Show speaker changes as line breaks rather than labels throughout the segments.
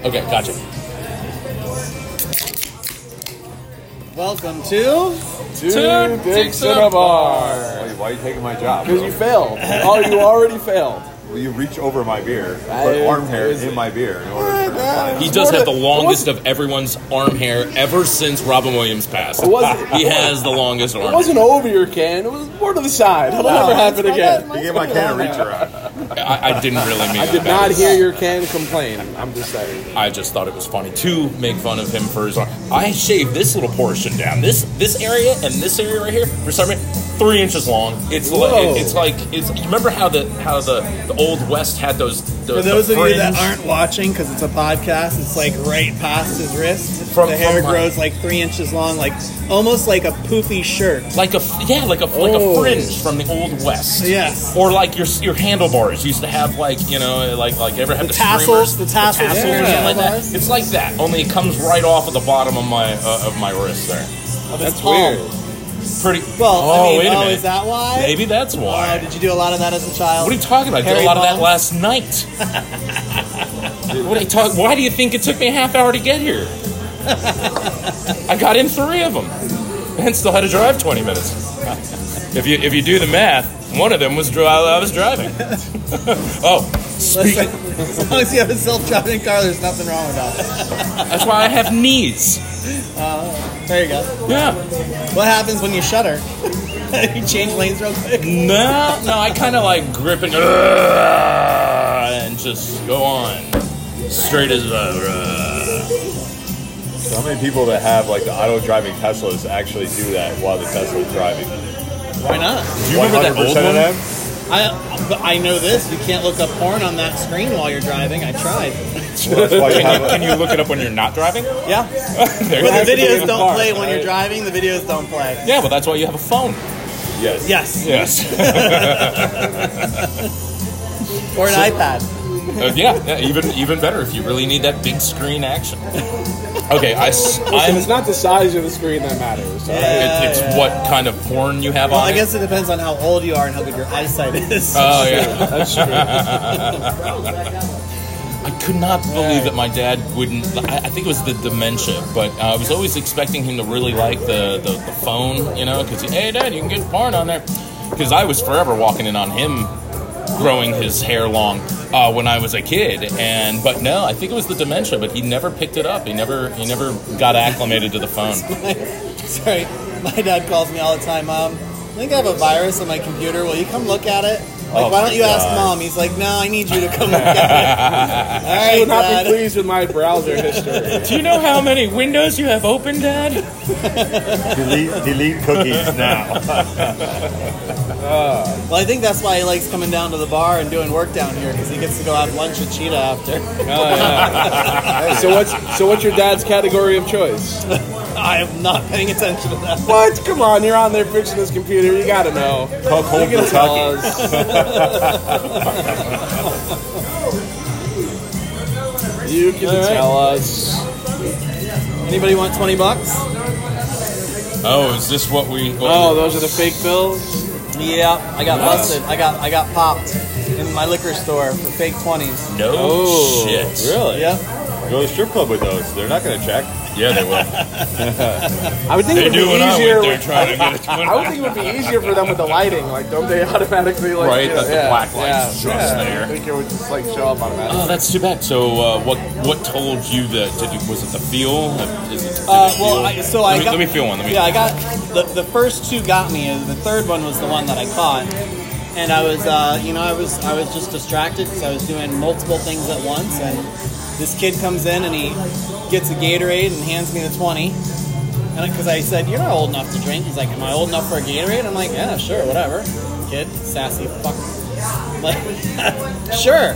Okay, gotcha.
Welcome to.
Two dicks in a bar.
Why, why are you taking my job?
Because you failed. Oh, you already failed.
Well, you reach over my beer,
I-
put arm hair
is-
in my beer in order to find
He does have the longest of everyone's arm hair ever since Robin Williams passed.
It wasn't-
He has the longest
It
arm. hair.
wasn't over your can. It was more to the side. It'll never happen again.
He gave my can a reach around.
I, I didn't really mean
I
it.
did
that
not
was-
hear your can complain. I'm just saying.
I just thought it was funny to make fun of him for his arm. I shaved this little portion down. This this area and this area right here for some reason three inches long. It's like
Whoa.
it's like it's. You remember how the how the, the old west had those. The,
For those
the
of you that
fringe?
aren't watching, because it's a podcast, it's like right past his wrist.
From-
the hair
from my-
grows like three inches long, like almost like a poofy shirt.
Like a yeah, like a like a
Oh.
fringe from the old west.
Yes.
Or like your your handlebars used to have like you know like like ever have the,
tassels,
streamers?
the tassels
tassels
for
or
your
something like
handlebars?
that. It's like that, only it comes right off of the bottom of my uh, of my wrist there.
That's
palm.
weird.
Pretty
Oh. Well,
Oh,
I
wait
mean,
a
oh,
minute.
is that why?
Maybe that's why.
Oh, did you do a lot of that as a child?
What are you talking about? I did
Hairy
a lot of that last
balls?
night. what are you talk- Why do you think it took me a half hour to get here? I got in three of them, and still had to drive twenty minutes. If you if you do the math, one of them was dri- I was driving. oh,
Listen,
speaking,
as long as you have a self-driving car, there's nothing wrong with that.
that's why I have knees.
There you go.
Yeah,
What happens when you shudder? you change lanes real
Mm.
quick.
no, no, I kind of like grip and, and just go on straight as uh, a.
So how many people that have like the auto driving Teslas actually do that while the Tesla's driving?
Why not?
Do you remember that old
of
one?
them?
I but I know this. You can't look up porn on that screen while you're driving. I tried.
Well, that's why you have
Can you look it up when you're not driving?
Yeah,
There you go.
but the
be in
videos
the
don't
car,
play when you're
right?
driving. The videos don't play.
Yeah, but that's why you have a phone. Uh,
yes.
Yes.
Yes, or an iPad.
yeah, yeah, even even better if you really need that big screen action. Okay, I s- I'm-
Listen, it's not the size of the screen that matters. all right?
it- it's what kind of porn you have
Well,
on.
I
it.
guess it depends on how old you are and how good your eyesight is.
Oh yeah.
That's true.
I could not believe that my dad wouldn't. I, I think it was the dementia, but uh, I was always expecting him to really like the the, the phone, you know, because he, hey, dad, you can get porn on there. Because I was forever walking in on him growing his hair long uh, when I was a kid, and but no, I think it was the dementia. But he never picked it up. He never he never got acclimated to the phone.
Sorry, my dad calls me all the time. Mom, I think I have a virus on my computer. Will you come look at it? Like,
Oh,
why don't you ask
God.
mom? He's like, no, I need you to come look at it. all
I
right,
would not
Dad.
be pleased with my browser history.
Do you know how many windows you have open, Dad?
Delete, delete cookies now.
Well, I think that's why he likes coming down to the bar and doing work down here because he gets to go have lunch with Cheetah
Oh,
after.
so what's so what's your dad's category of choice?
I am not paying attention to that.
What? Come on, you're on there fixing this computer. You gotta know.
Cook
You
home
can tell
Kentucky.
us. You can tell us.
Anybody want twenty bucks?
Oh, is this what we?
Oh, those are the fake bills.
Yeah, I got
Nice.
busted. I got I got popped in my liquor store for fake twenties.
no
Oh,
shit.
Really?
Yeah,
Go to strip club with those. They're not going to check.
Yeah, they will.
I would think
They
it would
do
be
when I
easier.
went there
with-
trying to get a
I would think it would be easier for them with the lighting. Like, don't they automatically like?
Right,
you know,
that the
yeah,
black light's
yeah,
just
yeah.
there.
I think it would just like show up automatically.
Oh, that's too bad. So, uh, what what told you that? Did you, was it the feel? Is it, did
Uh,
it feel?
well, I- so
let
I
me,
got-
let me feel one. Let me.
yeah. I got the the first two got me, and the third one was the one that I caught. And I was, uh, you know, I was I was just distracted because I was doing multiple things at once. And this kid comes in and he gets a Gatorade and hands me the twenty. And because I said you're not old enough to drink, he's like, "Am I old enough for a Gatorade?" I'm like, "Yeah, sure, whatever." Kid, sassy fuck. Like, sure.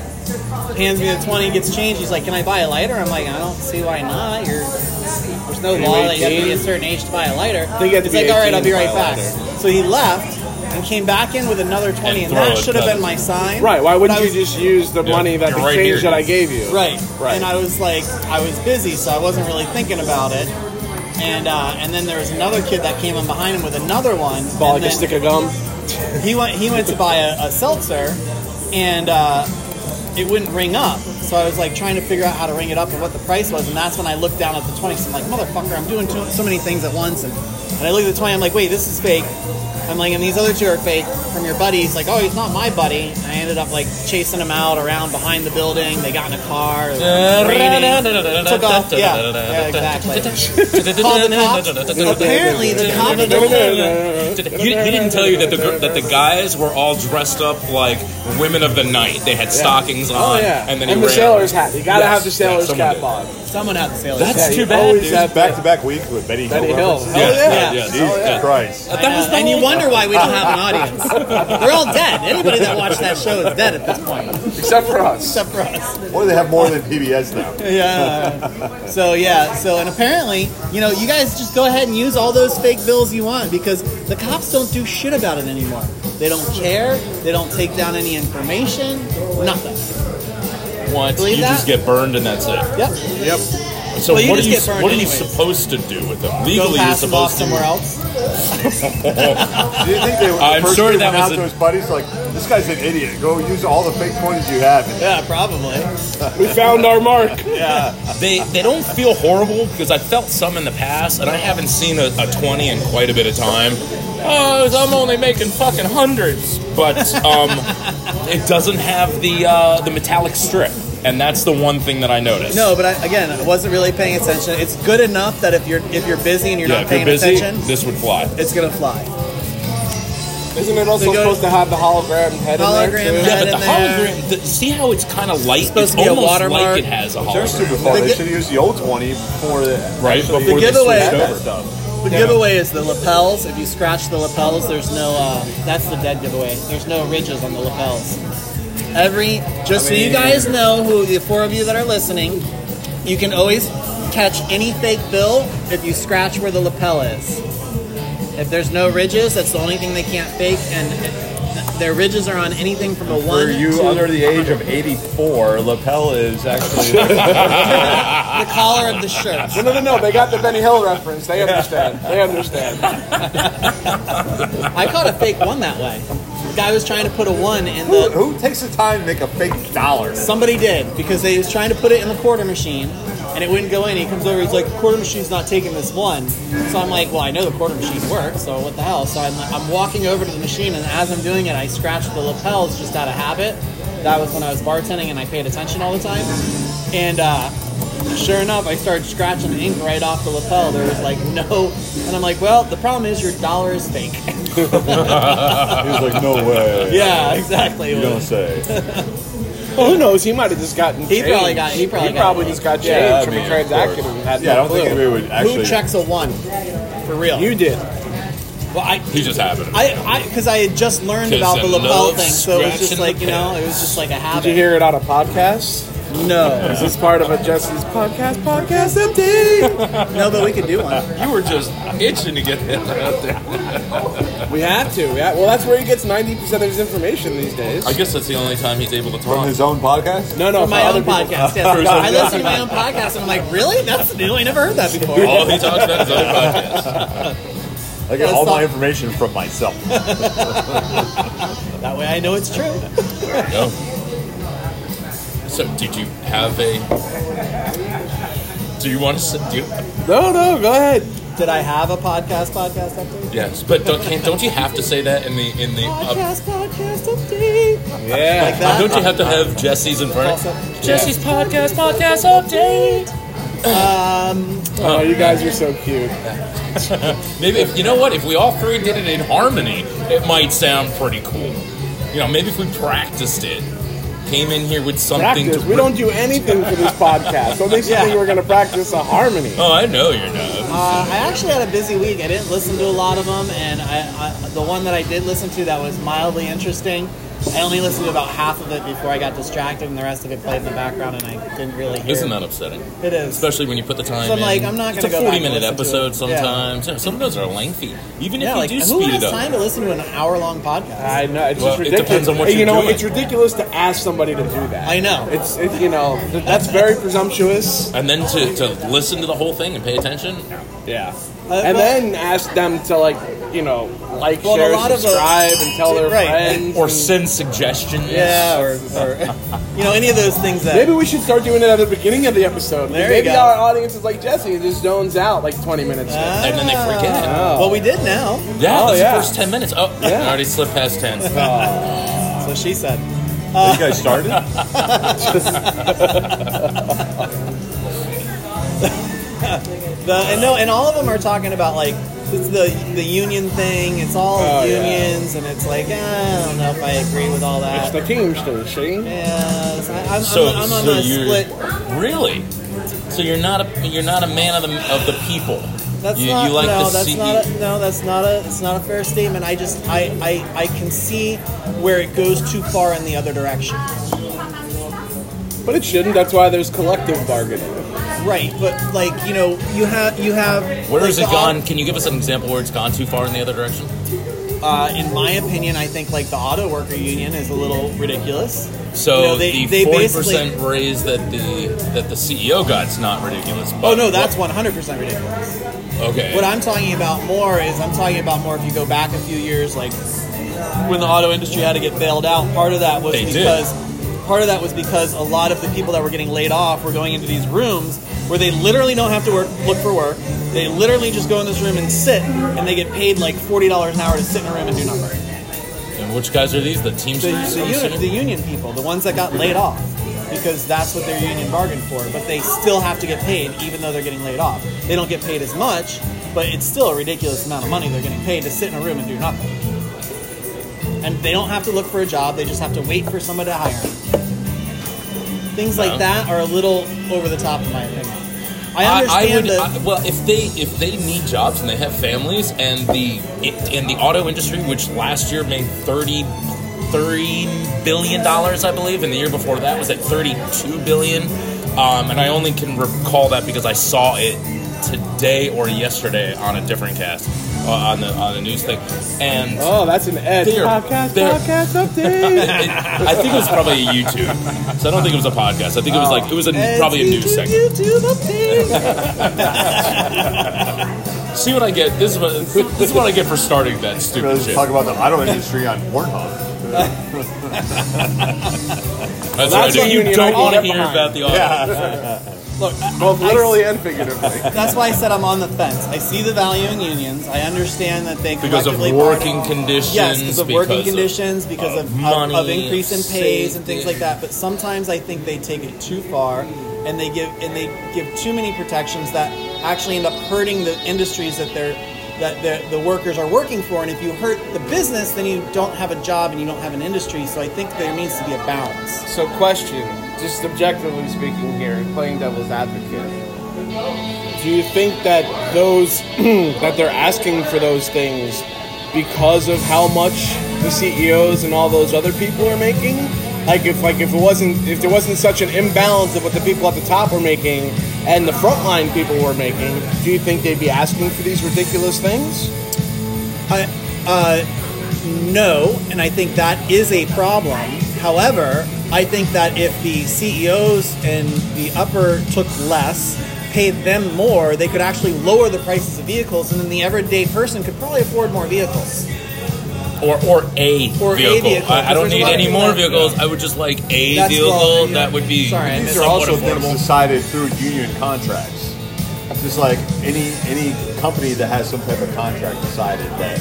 Hands me the twenty, gets changed. He's like, "Can I buy a lighter?" I'm like, "I don't see why not. You're there's no
you
law that you have to
18?
be a certain age to buy a lighter."
think you have to
He's
be
like, "All right, I'll
18
be
to
right
buy a
back." So he left and came back in with another twenty, and,
throw
that
it,
should have
that
been
is-
my sign.
Right? Why
But I
wouldn't you
was-
just use the
Yeah,
money that
you're
the
right here.
change that I gave you?
Right.
Right.
And I was like, I was busy, so I wasn't really thinking about it. And uh, and then there was another kid that came in behind him with another one.
Ball
and
like a
then
stick of gum.
He went. He went to buy a, a seltzer, and uh, it wouldn't ring up. So I was like trying to figure out how to ring it up and what the price was, and that's when I looked down at the 20. So I'm like, motherfucker, I'm doing too, so many things at once. And, and I look at the 20, I'm like, wait, this is fake. I'm like, and these other two are fake from your buddies. Like, oh, he's not my buddy. And I ended up like chasing him out around behind the building. They got in a car. It was raining. Took off. Yeah, yeah exactly. Called the cops. Apparently, the cops
No, no, no,
don't.
no, no.
You, you didn't tell you that the gr- that the guys were all dressed up like women of the night. They had stockings on,
Oh yeah,
and then he
the
ran.
sailor's hat. You gotta
Yes,
have the
yeah,
sailor's
someone
cap
did.
on.
Someone had the sailor.
That's
Yeah,
too
you
bad.
always
dude.
have-
Back to back week with Benny Hill.
Benny Hill.
references.
Oh,
Yeah,
yeah.
yeah, yeah.
Jesus Christ.
That was the
and you
whole-
wonder why we don't have an audience. They're all dead. Anybody that watched that show is dead at this point,
Except for us.
except for us.
Or they have more than PBS now.
Yeah. So yeah. So and apparently, you know, you guys just go ahead and use all those fake bills you want because the cops don't do shit about it anymore. They don't care. They don't take down any information. Nothing.
once
Believe
you just
that?
get burned, and that's it.
Yep.
Yep.
So
Well, you
what are
just
you
get burned
what are you
anyways.
supposed to do with them?
Go
Legally, you're
pass them off
supposed to.
somewhere else.
Do you think they the
I'm
first
sure
dude
that
went out
was a-
to his buddies like, this guy's an idiot. Go use all the fake coins you have. And
Yeah, probably.
We found our mark.
They they don't feel horrible because I felt some in the past, and I haven't seen a, a twenty in quite a bit of time. Oh, I'm only making fucking hundreds, but um, it doesn't have the uh, the metallic strip, and that's the one thing that I noticed.
No, but I, again, I wasn't really paying attention. It's good enough that if you're if you're busy and you're
yeah,
not
if you're
paying
busy,
attention,
this would fly.
it's gonna fly.
Isn't it also
They go-
supposed to have the hologram head in
Hologram
there too?
Yeah,
head. in
but the
there.
hologram. The, see how it's kind of light? It's,
supposed to be a
almost
watermark.
like it has a
They're
hologram,
super fun. They
gi-
should use the old 20 before the,
right?
actually-
Before they
The giveaway-
switched
had
over.
that stuff.
The giveaway is the lapels. If you scratch the lapels, there's no. Uh, that's the dead giveaway. There's no ridges on the lapels. Every just so you guys know, who the four of you that are listening, you can always catch any fake bill if you scratch where the lapel is. If there's no ridges, that's the only thing they can't fake, and their ridges are on anything from a one.
For you
to-
under the age of 84, lapel is actually.
the collar of the shirt.
No, no, no, no. They got the Benny Hill reference. They understand. They understand.
I caught a fake one that way. The guy was trying to put a one in
who,
the.
who takes the time to make a fake dollar?
Somebody did because they was trying to put it in the quarter machine, and it wouldn't go in. He comes over, he's like, "The quarter machine's not taking this one." So I'm like, "Well, I know the quarter machine works, so what the hell?" So I'm, I'm walking over to the machine, and as I'm doing it, I scratched the lapels just out of habit. That was when I was bartending, and I paid attention all the time. And uh, sure enough, I started scratching the ink right off the lapel. There was like no, and I'm like, "Well, the problem is your dollar is fake."
He was like, no way.
yeah, exactly.
You don't say.
Well, who knows? He might have just gotten.
He probably
changed.
got- he probably got paid.
just got changed
Yeah, I
from
mean,
a
of
transaction.
course.
and had
Yeah, I
no
don't think
clue.
anybody would
Who
actually.
checks a one? For real?
You did.
well, I,
He just happened.
I, I, because I had just learned
'Cause
about
I
the lapel
love
thing, so it was just
scratching
like you know,
lapels.
it was just like a habit.
Did you hear it on a podcast?
No,
Is this part of a Jesse's podcast? Podcast empty.
no, but we could do one.
You were just itching to get that out there.
we have to. Yeah. Well, that's where he gets ninety percent of his information these days.
I guess that's the only time he's able to
From
talk.
his own podcast?
no, no.
For my
other
own
people.
podcast, yes.
his
I
own
listen to my own podcast, and I'm like, really? That's new. I never heard that before.
All he talks about is other podcasts.
I get
Let's
all my
talk-
information from myself.
That way, I know it's true.
No. So, did you have a? Do you want to? sit- Do you,
No, no. Go ahead.
Did I have a podcast? Podcast update.
yes, but don't can't, don't you have to say that in the in
Oh,
the? Uh,
Podcast, podcast update.
Yeah.
Like that.
don't you have to have Jesse's in front?
Also-
of Jesse's podcast podcast update.
Oh, you guys are so cute.
Maybe if you know what, if we all three did it in harmony, it might sound pretty cool. You know, maybe if we practiced it, came in here with something
Practice.
to.
We don't do anything for this podcast. Don't make you
Yeah.
think we're going to practice a harmony.
Oh, I know you're not.
Uh, I actually had a busy week. I didn't listen to a lot of them, and I, I, the one that I did listen to that was mildly interesting. I only listened to about half of it before I got distracted, and the rest of it played in the background, and I didn't really hear.
Isn't that upsetting?
It is.
especially when you put the time.
So I'm
in.
like, I'm not
It's a
gonna go
40
back and
minute
listen to
episode
it.
sometimes. Yeah, Some of those are lengthy, even
yeah,
if you
like
do
who
speed
has
it up.
time to listen to an hour long podcast?
I know it's
Well,
just
it
ridiculous.
depends on what
And you
you're
know,
doing.
it's ridiculous to ask somebody to do that.
I know.
It's it, you know th- that's very presumptuous.
And then to, to listen to the whole thing and pay attention.
Yeah.
Uh,
and
well-
then ask them to like you know, like,
Well, and a
share,
lot of the-
subscribe, and tell their
Right.
friends.
Or
and-
send suggestions.
Yeah, or, or you know, any of those things that.
Maybe we should start doing it at the beginning of the episode.
There you
Maybe
go.
our audience is like Jesse and just zones out like 20 minutes. in.
Ah.
And then they forget it.
Well, we did now.
Yeah,
Oh,
that's
yeah.
the first 10 minutes. Oh,
Yeah.
I already slipped past 10.
So she said.
you guys started?
The, and no, and all of them are talking about like it's the the union thing. It's all
Oh, yeah.
unions, and it's like eh, I don't know if I agree with all
It's
that.
the Teamsters, see?
Yeah, so I, I'm, I'm-
So,
I'm, on
so
the
you're
split.
really. So you're not a you're not a man of the of the people.
That's
you,
not
you like E
no.
to
That's
see
not a, no. That's not a. It's not a fair statement. I just I, I I can see where it goes too far in the other direction.
But it shouldn't. That's why there's collective bargaining.
Right, but like you know, you have you have.
where
like,
has
the
it
op-
gone? Can you give us an example where it's gone too far in the other direction?
Uh, in my opinion, I think like the auto worker union is a little ridiculous.
So
You know, they-
the
they
forty
basically-
percent raise that the that the CEO got's not ridiculous. But
Oh no, that's 100 percent ridiculous.
okay.
What I'm talking about more is I'm talking about more if you go back a few years, like when the auto industry had to get bailed out. Part of that was
They did.
because part of that was because a lot of the people that were getting laid off were going into these rooms where they literally don't have to work, look for work. They literally just go in this room and sit, and they get paid like forty dollars an hour to sit in a room and do nothing.
and which guys are these? The
The,
Teamsters.
the,
I'm
union, the
assuming?
union people, the ones that got laid off, because that's what their union bargained for. But they still have to get paid, even though they're getting laid off. They don't get paid as much, but it's still a ridiculous amount of money they're getting paid to sit in a room and do nothing. And they don't have to look for a job; they just have to wait for someone to hire them. Things like
Wow.
that are a little over the top, in my opinion. I
I, I
understand
would
that.
I, well if they if they need jobs and they have families and the and the auto industry which last year made 30 30 billion dollars I believe and the year before that was at 32 billion um, and I only can recall that because I saw it today or yesterday on a different cast uh, on the on the news thing and
Oh, that's an edge.
They're-
Podcast,
they're-
podcast update.
it- I think it was probably a YouTube so I don't think it was a podcast I think it was like it was a,
Oh.
probably a news segment
YouTube update.
see what I get this is what this is what I get for starting that stupid
Let's
shit
talk about the auto industry on Pornhub.
That's,
That's
what I
what
do. You
union
don't
I
want to
get
hear
behind.
about the auto.
Look,
Both
I-
literally and figuratively.
That's why I said I'm on the fence. I see the value in unions. I understand that they
Because of
collectively-
working conditions.
Yes, because of working conditions, because
of
of, of,
money,
of increase in
of
pays and things
safety.
like that. But sometimes I think they take it too far, and they give and they give too many protections that actually end up hurting the industries that they're that the, the workers are working for. And if you hurt the business, then you don't have a job and you don't have an industry. So I think there needs to be a balance.
So, question, just objectively speaking here, playing devil's advocate. Do you think that those that they're asking for those things because of how much the CEOs and all those other people are making? Like if like if it wasn't if there wasn't such an imbalance of what the people at the top were making and the frontline people were making, do you think they'd be asking for these ridiculous things?
I, uh, no, and I think that is a problem. However, I think that if the CEOs and the upper took less, paid them more, they could actually lower the prices of vehicles, and then the everyday person could probably afford more vehicles.
Or, or a
Or
vehicle.
a vehicle,
I, I don't
because there's a
need
lot of
any
people
more
that-
vehicles. I would just like a
That's
vehicle.
wrong, yeah.
that would be
Sorry, I
These
missed
are
somewhat
also things
affordable.
decided through union contracts. Just like any any company that has some type of contract decided that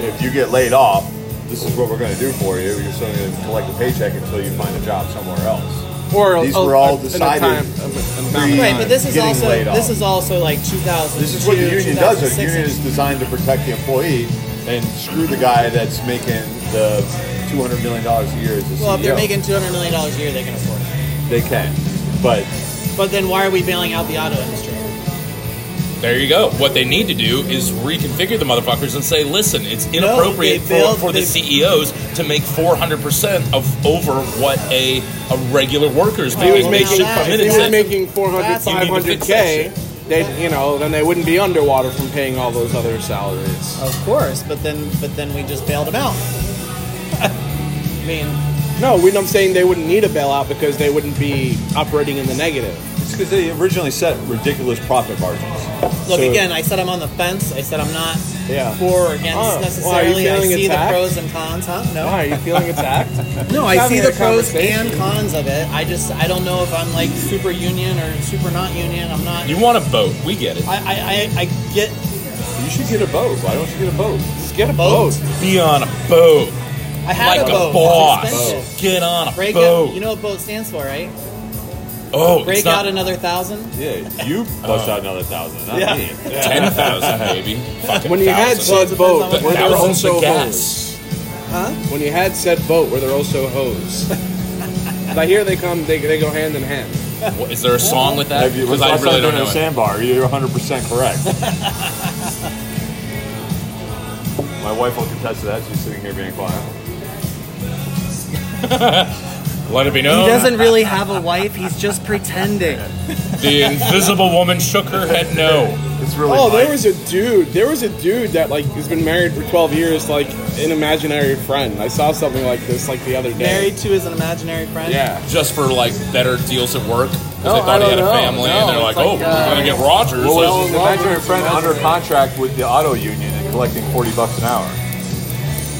if you get laid off, this is what we're going to do for you. You're still going to collect a paycheck until you find a job somewhere else.
Or
These
a-
were all
a- in a
decided
time of- amount of
pre-
Right, but this is
Getting
also
laid off.
this is also like 2000.
This is what the union does. The union is designed to protect the employee and screw the guy that's making the two hundred million dollars a year as a
Well, if they're
CEO.
making 200 million dollars a year, they can afford it.
they can, but
But then why are we bailing out the auto industry?
There you go. What they need to do is reconfigure the motherfuckers and say, listen, it's inappropriate
they
for,
build-
for the
they-
CEOs to make 400% of over what a, a regular worker's
If he was
Well,
making
now that-
if
that's-
he was
minutes.
making 400
that's- You need
to fix that
500k they you know then they wouldn't be underwater from paying all those other salaries
Of course, but then but then we just bailed them out. I mean,
No, we, I'm saying they wouldn't need a bailout because they wouldn't be operating in the negative.
It's because they originally set ridiculous profit margins.
Look
So-
again. I said I'm on the fence. I said I'm not
Yeah.
for or against
Oh, well, are you
necessarily. I
feeling
see
attacked?
the pros and cons. Huh? No.
Why, are you feeling attacked?
No,
Just
I see
having
the
a
pros
conversation.
and cons of it. I just I don't know if I'm like super union or super not union. I'm not.
You want a boat? We get it.
I I, I, I get
You should get a boat. Why don't you get a boat?
Just get a
Boat.
boat.
Be on a boat,
I had
like
a boat.
a
It's expensive.
boss. Get on a
Break
boat.
out. You know what boat stands for, right?
oh,
Break
it's not
out another thousand.
Yeah, you bust out another thousand, not
Uh, Yeah.
me.
ten thousand, maybe. Fucking
When you had
thousand.
said boat,
Depends on
were
what
there
boat.
thousands
also
of
hoes?
gas.
When you had said boat, were there also hoes? I hear they come, they, they go hand in hand.
What, is there a song with that?
Have you-
Because
last
I
time
really
you were
don't
in
know.
a
It.
sandbar. You're 100 percent correct. My wife will contest to that. She's sitting here being quiet.
Let it be known.
really have a wife. He's just pretending.
The invisible woman shook her head no.
It's really.
Oh,
funny.
there was a dude. There was a dude that like has been married for 12 years, to, like an imaginary friend. I saw something like this like the other day.
Married to is an imaginary friend.
Yeah.
Just for like better deals at work. 'Cause
No,
they
Oh, I
thought he
don't
had a
know.
family and
No,
they're like,
it's
oh,
like,
we're
uh,
going to get Rogers.
Well,
So-
was his imaginary friend under contract with the auto union and collecting 40 bucks an hour?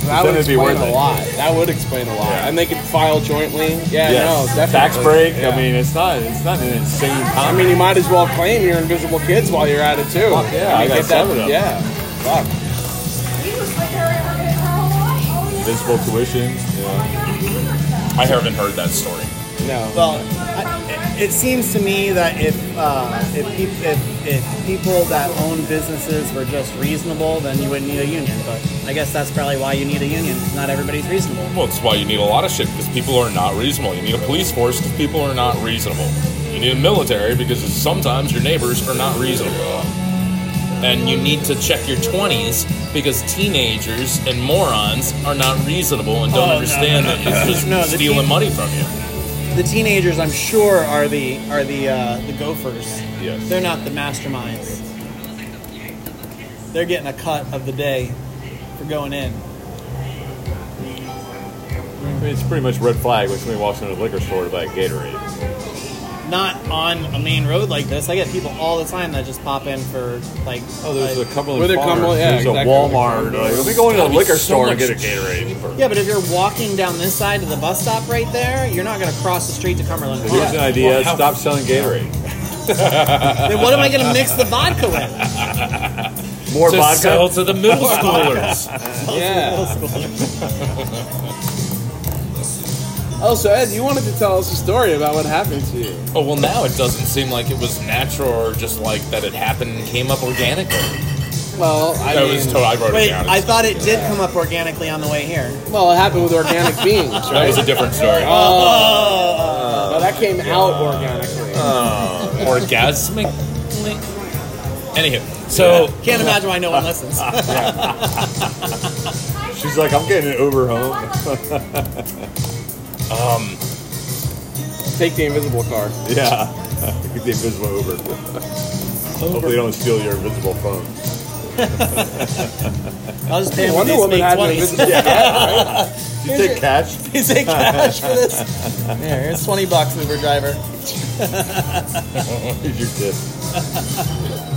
That would
That'd be
explain
worth
a
it.
lot. That would explain a lot.
Yeah.
And they could file jointly. Yeah, no, definitely.
Tax break.
Yeah.
I mean, it's not. It's not an insane. Con-
I mean, you might as well claim your invisible kids while you're at it too.
Fuck yeah,
I
I got
get
seven of
that.
them.
Yeah, fuck.
Oh,
visible tuition. Yeah.
I haven't heard that story.
No,
Well, I, it seems to me that if uh, if, peop- if if people that own businesses were just reasonable, then you wouldn't need a union. But I guess that's probably why you need a union. 'cause Not everybody's reasonable.
Well, it's why you need a lot of shit because people are not reasonable. You need a police force because people are not reasonable. You need a military because sometimes your neighbors are not reasonable. And you need to check your 20s because teenagers and morons are not reasonable and don't
Oh, no,
understand
no,
that
no,
it's just
no, the
stealing
teen-
money from you.
The teenagers, I'm sure, are the are the uh, the gophers.
Yes.
They're not the masterminds. They're getting a cut of the day for going in.
I mean, it's pretty much red flag when somebody walks into a liquor store to buy a Gatorade.
Not on a main road like this. I get people all the time that just pop in for like.
Oh, there's
like-
a Cumberland
Where they
Farms.
come- yeah,
there's
exactly.
a Walmart. Like, let me go into a
Gotta be
liquor
so
store and
much
get a Gatorade. For,
Yeah, but if you're walking down this side to the bus stop right there, you're not going to cross the street to Cumberland
Here's
Farms.
an idea:
Well, how-
stop selling Gatorade.
then what am I going to mix the vodka with?
More
to
vodka.
sell to the middle schoolers.
yeah. Oh, so Ed, you wanted to tell us a story about what happened to you.
oh well, now it doesn't seem like it was natural or just like that it happened and came up organically.
Well, I
that
mean,
was totally. I wrote it
Wait,
down.
I thought it did come up organically on the way here.
well, it happened with organic beans,
that
right?
was a different story.
Oh,
No, Oh, that came out organically.
orgasmic. Anywho, so
Can't imagine why no one listens.
She's like, I'm getting an Uber home.
Take the invisible car.
yeah, get the invisible Uber. Hopefully, they don't steal your invisible phone.
I'll just pay him
Wonder
these
Woman
big
had an
20s.
invisible car.
Did you take cash?
He's in cash for this. There, here's 20 bucks, Uber driver.
Here's your tip.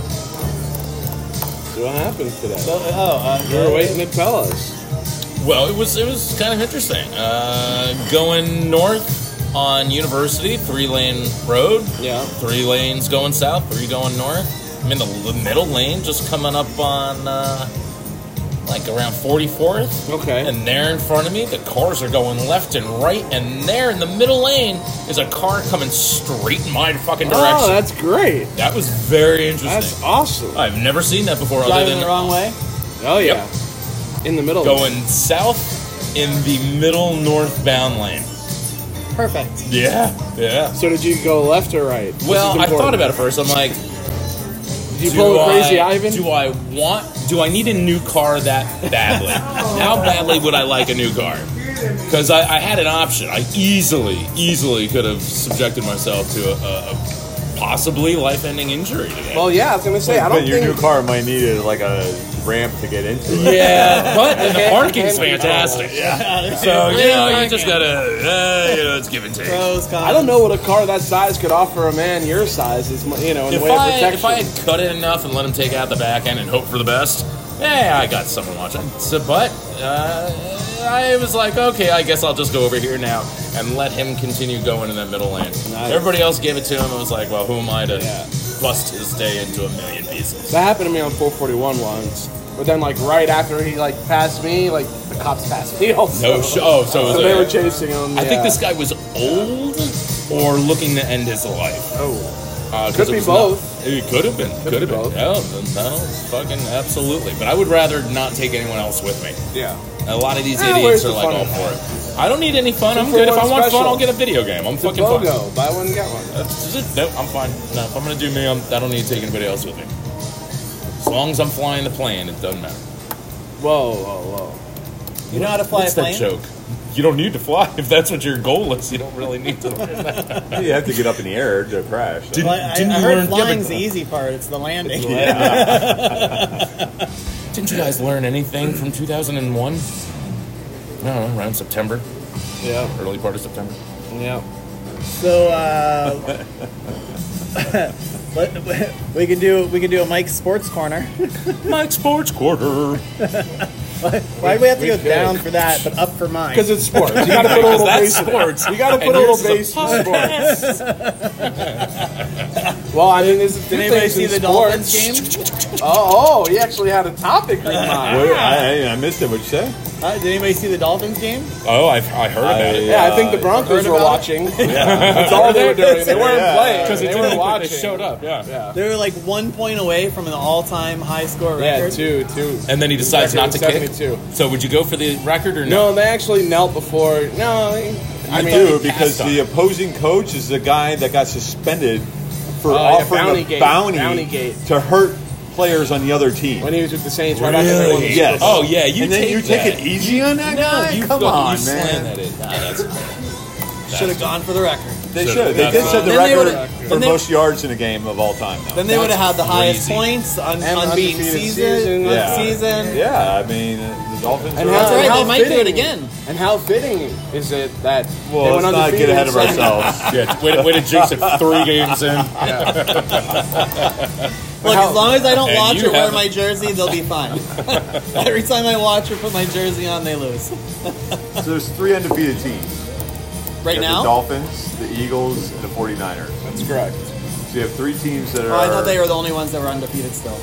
So what happened today?
So, oh, uh,
You were waiting to tell us.
well, it was it was kind of interesting. Uh, going north on University, three lane road.
Yeah.
Three lanes going south, three going north. I'm in the l- middle lane, just coming up on uh, like around 44th.
Okay.
And there in front of me, the cars are going left and right, and there in the middle lane is a car coming straight in my fucking direction. Uh,
Oh, that's great.
that was very interesting.
That's awesome.
I've never seen that before, other
driving
than
the wrong way.
Oh yeah. In the middle.
going south in the middle northbound lane.
Perfect.
Yeah, yeah.
So did you go left or right? This is
Well, I
important.
thought about it first. I'm like,
Did you
do
pull a
I,
crazy Ivan?
do I want? Do I need a new car that badly? How badly would I like a new car? Because I, I had an option. I easily, easily could have subjected myself to a, a, a possibly life-ending injury to that.
Well, yeah, I was gonna say I don't
But your
think
new car might need a, like a ramp to get into it.
yeah, but and the
Okay.
parking's fantastic. So you know, you just gotta, uh, you know, it's give and take.
Pros,
I don't know what a car that size could offer a man your size is, you know, in
If
way of
I,
protection.
if I had cut it enough and let him take out the back end and hope for the best, yeah, I got someone watching. So, but uh, I was like, okay, I guess I'll just go over here now and let him continue going in that middle lane. Everybody else gave it to him. I was like, well, who am I to bust his day into a million pieces?
That happened to me on 441 once. But then, like right after he like passed me, like the cops passed me also.
No, sh- oh, so, it was
So they
a-
were chasing him.
I
yeah.
think this guy was old or looking to end his life.
Oh.
Uh, 'cause
Could
it
be
was not-
both.
it could have been.
Could
Could,
be
have been.
both.
No, no, fucking absolutely. But I would rather not take anyone else with me.
Yeah.
A lot of these
Ah,
idiots
where's the
are like
fun
all
in
for it. I don't need any fun. I'm
Two for
good. If I
one
want
special.
fun, I'll get a video game. I'm
The
fucking fine.
BOGO. Buy one, get one.
That's just it. No, I'm fine. No, if I'm gonna do me, I'm, I don't need to take anybody else with me. As long as I'm flying the plane, it doesn't matter.
Whoa, whoa, whoa.
You know how to fly
What's
a
that
plane?
joke? You don't need to fly if that's what your goal is. You don't really need to.
You have to get up in the air to crash.
Did-
Well, I,
Didn't
I
you
heard
learn-
flying's the easy part. It's the landing.
yeah.
Didn't you guys learn anything from 2001? No, around September,
Yeah.
early part of September.
Yeah.
So uh, but- we could do we could do a Mike's Sports Corner.
Mike Sports Quarter.
Why do we have to
We
go
could.
down for that, but up for mine?
Because it's sports. You gotta put a little base. in it.
sports.
You gotta put
And
a little
yours is
base in sports.
podcast.
Well, I mean, there's a few
Did anybody
things
see
in
the
sports.
Dolphins game?
Oh, oh, he actually had a topic in mind.
What- I, I- I missed it. What'd you say?
Huh? uh, did anybody see the Dolphins game?
Oh, I've, I heard about it.
Yeah, I think the Broncos
Heard
were
about it?
watching. That's all they were doing. They weren't
Yeah.
playing.
Because
they
it
were
didn't look like
watching.
they showed up, yeah.
Yeah.
They were like one point away from an all-time high score
Yeah,
record.
two, two.
And then he decides not to kick.
72.
So would you go for the record or
No, they actually knelt before. No, they- I
I
mean,
do
cast
because
on.
the opposing coach is the guy that got suspended for
Oh, yeah,
offering
bounty
a
gate.
bounty,
Bounty gate.
to hurt players on the other team.
when he was with the Saints, right after they won the
Really?
Super
yes.
Bowl.
Oh, yeah, you
and then
take
you take
that.
it easy on that guy.
you
Come
fucking-
on,
you
man.
slam that in. Yeah, that's- that's
Should have
dumb.
gone for the record.
They
Should've.
should. They
That's
did
fine.
set the
Then they
record
would've-
for
then they-
most yards in a game of all time. Now.
Then they would have had the highest
crazy.
points,
And
un- unbeaten
undefeated
season.
season.
Yeah.
Yeah.
season.
Yeah, I mean uh, the Dolphins.
And
are
how-
That's right.
And how
They might do it
fitting.
again.
And how fitting is it that they
well,
went
let's not
undefeated?
get ahead of
It's like-
ourselves.
Yeah, way to, way to jinx it three games in.
Look,
How-
as long as I don't
And
watch
you
or wear
haven't-
my jersey, they'll be fine. Every time I watch or put my jersey on, they lose.
So there's three undefeated teams.
Right
You have
now,
the Dolphins, the Eagles, and the 49ers.
That's correct.
So you have three teams that are.
oh, I thought they were the only ones that were undefeated still.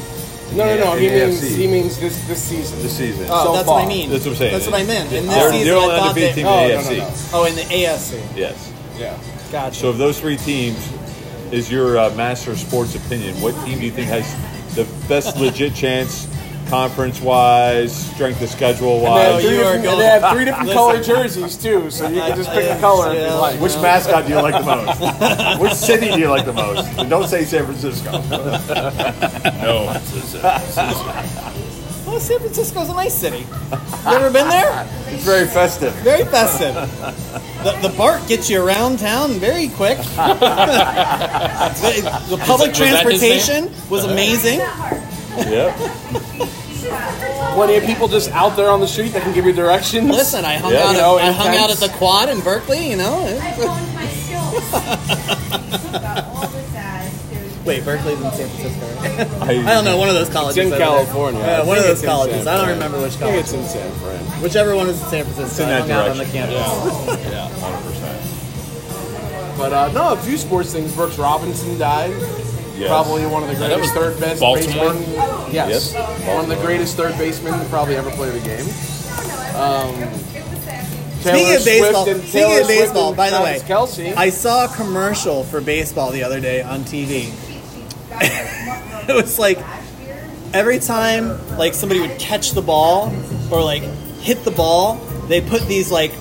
No, no, no.
Yeah,
He
in the
means
AFC.
he means this this season.
this season.
Oh,
So
that's
far.
what I mean.
That's what I'm saying.
That's what I meant. In this
they're
season,
they're
I
the
thought
undefeated
they.
team
Oh,
in the
no, no,
AFC.
no.
Oh, in the AFC.
Yes.
Yeah.
Gotcha.
So of those three teams, is your uh, master sports opinion? What team do you think has the best legit chance, conference wise, strength of schedule
No,
And
wise?
they
you are
have three different- and
going-
they have three different
Listen.
color jerseys too, so you can just pick a color if you
Yeah.
like.
Which mascot do you like the most? Which city do you like the most? And don't say San Francisco.
No. This is- this is-
Well, San Francisco's a nice city. You ever been there?
It's very festive.
Very festive. The, the BART gets you around town very quick. the, the public
Was that his
transportation was amazing.
Yep.
Plenty of people just out there on the street that can give you directions.
Listen, I hung
Yeah. You
out. at-
know,
I hung out at
intense.
the Quad in Berkeley. You know.
I honed my skills. Got all the sass. There's-
Wait, Berkeley's in San Francisco. Right?
I,
I don't know. One of those colleges.
in
over there.
California. I
Yeah, one
think
of
it's
those
in San
colleges. I don't
Fran.
remember which
I think
college.
it's in San Fran.
Whichever one is in San Francisco.
It's in
I
that
hung out on the
direction.
campus.
Yeah, 100%.
But uh, no, a few sports things. Brooks Robinson died.
Yes.
Probably one of the
that
greatest
was
third best
Baltimore?
basemen. Yes.
Yes.
One of the greatest third basemen to probably ever play the game. Um,
It was sassy.
Speaking
Taylor
of baseball,
Swift and
speaking
Taylor
of
Swift
baseball,
and
by the
Travis
way,
Kelsey.
I saw a commercial for baseball the other day on TV. it was like every time like somebody would catch the ball or like hit the ball, they put these like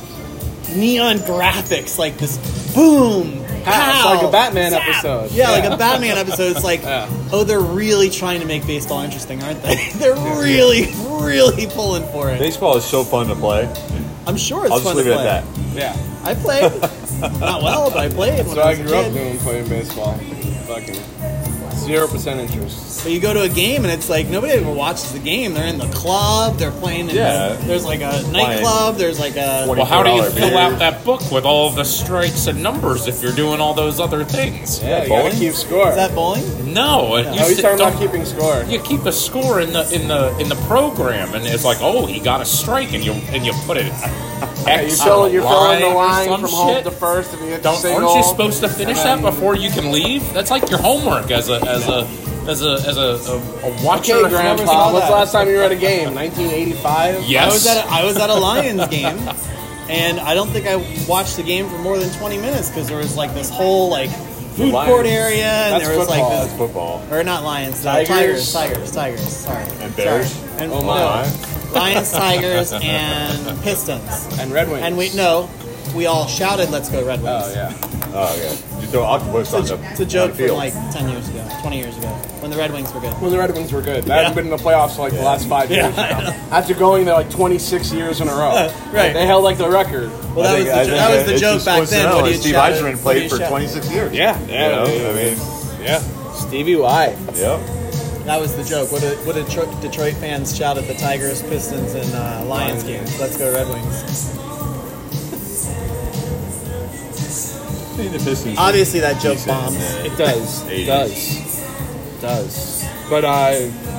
neon graphics like this boom.
Ah, it's
pow,
like a Batman
zap.
episode.
Yeah, like a Batman episode. It's like, oh, they're really trying to make baseball interesting, aren't they? they're really, really pulling for it.
Baseball is so fun to play.
I'm sure it's
I'll just
fun
leave
to
it
play.
at that.
Yeah.
I played. Not well, but I played when
So
I
I
was a
grew up
kid.
doing playing baseball. Fuck fucking zero percent interest.
But you go to a game and it's like nobody ever watches the game. They're in the club. They're playing. In
Yeah.
There's like a nightclub. There's like a.
Well, how do you
$24
fill
beers.
out that book with all the strikes and numbers if you're doing all those other things?
Yeah, you
bowling?
gotta keep score.
Is that bowling?
No, uh, you,
oh, he's
sit-
talking about
don't-
keeping score.
you keep a score in the in the in the program, and it's like, oh, he got a strike, and you and you put it.
Yeah,
X
you're filling, you're filling the
or
line
some
from home
shit.
to first, and you hit the
Don't,
single.
aren't you supposed to finish
and
that
then-
before you can leave? That's like your homework as a as a as a as a, a, a watcher.
Okay,
of
Grandpa.
television.
What's the last time you were at a game? 1985.
Yes.
I was at a, I was at a Lions game, and I don't think I watched the game for more than 20 minutes because there was like this whole like food
Lions.
court area, and
That's
there was
football.
like
That's football.
this or not Lions, uh,
Tigers.
tigers, tigers, tigers, sorry,
And Bears?
Sorry. and
Oh
no,
my.
Lions, Tigers, and Pistons,
And Red Wings.
and we no, we all shouted, "Let's go Red Wings."
Oh yeah.
Oh yeah, you throw octopus on
It's
the.
a, it's a
on
joke
the
from
field.
like 10 years ago, 20 years ago, when the Red Wings were good.
When the Red Wings were good, they haven't been in the playoffs for like the last five years. now. After going there like 26 years in a row,
Right.
they held like the record.
Well, that
I think- I think
was the, that was
it-
the
it's
joke
just
back
what's
then.
known
What do
as
you
Steve
shout?
Eiserman
What do you
played for
shout?
26 years.
yeah.
You know, I mean,
yeah.
Stevie Y.
yeah.
That was the joke. What did, what did Tro- Detroit fans shout at the Tigers, Pistons, and uh, Lions games? Let's go Red Wings.
The Pistons.
Obviously, that joke
Decent,
bombs.
yeah.
It does. It
Eighties.
does. It does. But uh,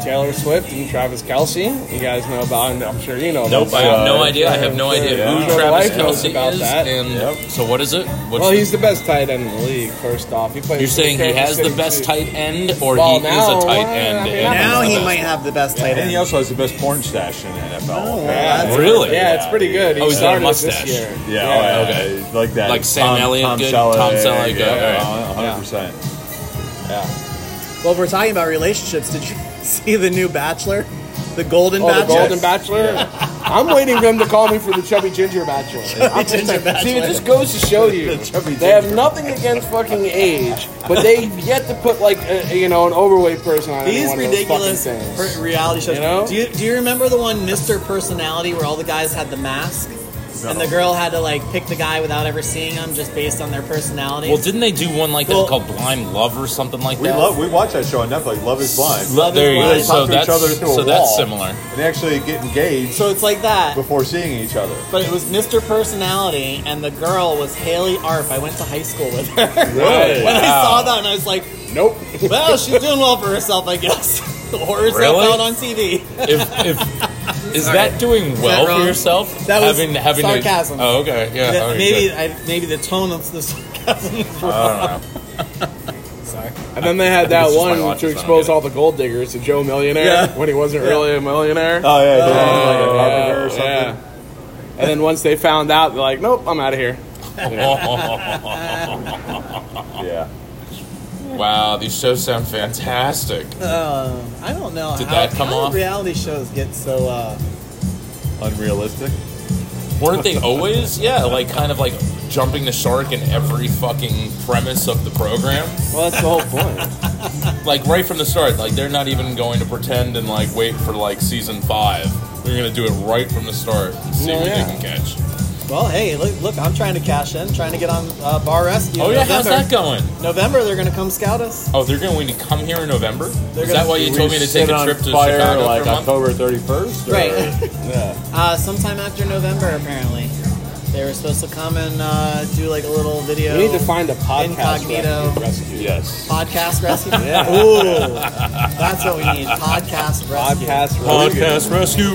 Taylor Swift and Travis Kelsey, you guys know about, and I'm sure you know.
Nope,
about
I have
that.
no idea. I have no
Sure,
idea
yeah.
who
I'm sure
Travis
Mike knows
Kelsey
about
is.
that.
And
Yep.
so, what is it? What's
Well, he's the best tight end in the league. First off, he plays.
you're
for
saying he has
Kansas
the
City
best
Chiefs.
tight end, or
Well,
he
now,
is a tight
well,
end?
I mean,
and
now
Now
he's
he
the best?
might have the best tight
And he
end.
also has the best porn stash in the NFL.
Oh,
Yeah,
that's-
it's-
Really?
Yeah, it's pretty good. He
Oh, he's got a
started this
mustache.
year.
Yeah, oh, yeah,
okay.
it's like that.
Like Sam Elliott, good. Tom Selleck,
yeah,
okay, all
yeah, 100%.
Well, if we're talking about relationships, did you see the new Bachelor, the Golden
Oh, the
Bachelor?
Golden Bachelor. I'm waiting for him to call me for the Chubby Ginger Bachelor. I'm just
Ginger
like- See, it
Bachelor.
just goes to show you,
The Chubby
they have
Ginger.
nothing against fucking age, but they've yet to put like a, you know an overweight person on any
These
one of those fucking
ridiculous
things.
per- reality shows.
You know?
Do you do you remember the one Mr. Personality where all the guys had the mask? And the girl had to like pick the guy without ever seeing him, just based on their personality.
Well, didn't they do one like that
Well-
called Blind Love or something like
We
that?
love, we watch that show on Netflix. Love is blind.
Lo- there you
Blind.
go.
They
So
talk to each
that's
other through a
so that's
wall.
similar.
and they actually get engaged
so it's like that.
before seeing each other.
But it was Mr. Personality, and the girl was Haley Arp. I went to high school with her.
Really?
when I
Wow.
saw that, and I was like,
Nope.
well, she's doing well for herself, I guess. or herself
Really?
out on TV.
If, if is that doing well
wrong?
for yourself?
That was
having having
sarcasm.
A, oh, okay. Yeah.
That-
okay, Uh,
maybe
good.
I, maybe the tone of the sarcasm is wrong.
I don't know.
Sorry.
And then they had that
This is my
one
watch,
to
so I don't
expose
get it.
all the gold diggers to Joe Millionaire
Yeah.
when he wasn't really a millionaire.
Oh yeah, they're like a
Yeah,
carpenter or something.
yeah. And then once they found out, they're like, "Nope, I'm out of here."
Yeah.
wow, these shows sound fantastic.
Uh, I don't know.
Did
how,
that come
how
off?
reality shows get so. Uh,
Unrealistic.
Weren't they always? Yeah, like kind of like jumping the shark in every fucking premise of the program.
Well, that's the whole point.
Like right from the start, like they're not even going to pretend and like wait for like season five. They're gonna do it right from the start and see
Well,
what
yeah.
they can catch.
well, hey, look, look, I'm trying to cash in, trying to get on uh, Bar Rescue.
Oh
in
yeah, how's
November.
that going?
November, they're going to come scout us.
Oh, they're going to come here in November.
They're
Is that
gonna-
why you told me to take a trip to
fire
Chicago
like
for a month?
October 31st. or-
Right.
Yeah.
Uh, sometime after November, apparently. They were supposed to come and uh, do like a little video.
We need to find a podcast
Incognito.
rescue- rescue.
Yes.
podcast rescue. yeah. Ooh, that's what we need. Podcast rescue.
Podcast. rescue.
Podcast rescue,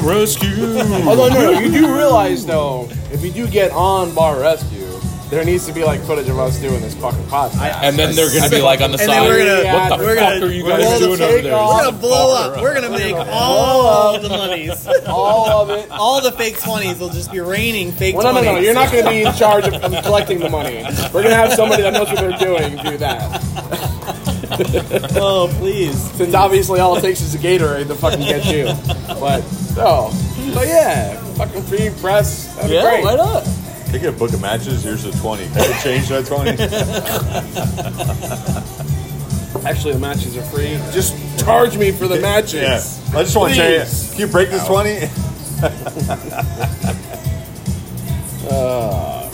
rescue.
Although no, you do realize though, if you do get on Bar Rescue, there needs to be like footage of us doing this fucking podcast.
and then they're gonna be like on the
And
side.
then we're gonna-
what the
we're
fuck
gonna-
are you
we're
guys
gonna
doing over
take
there?
off
We're gonna blow up. We're gonna make
Oh.
all of the monies.
All of it.
All the fake twenties will just be raining fake
Well, no,
twenties.
no, no. You're not going to be in charge of, of collecting the money. We're going to have somebody that knows what they're doing do that.
Oh, please.
Since obviously all it takes is a Gatorade to fucking get you. But no. But yeah, fucking free press. That'd be great.
not?
They get a book of matches. Here's a 20. Can I change that 20?
Actually, the matches are free. Just charge me for the matches.
yeah. I just want to tell you,
Please.
can you break this 20?
Oh,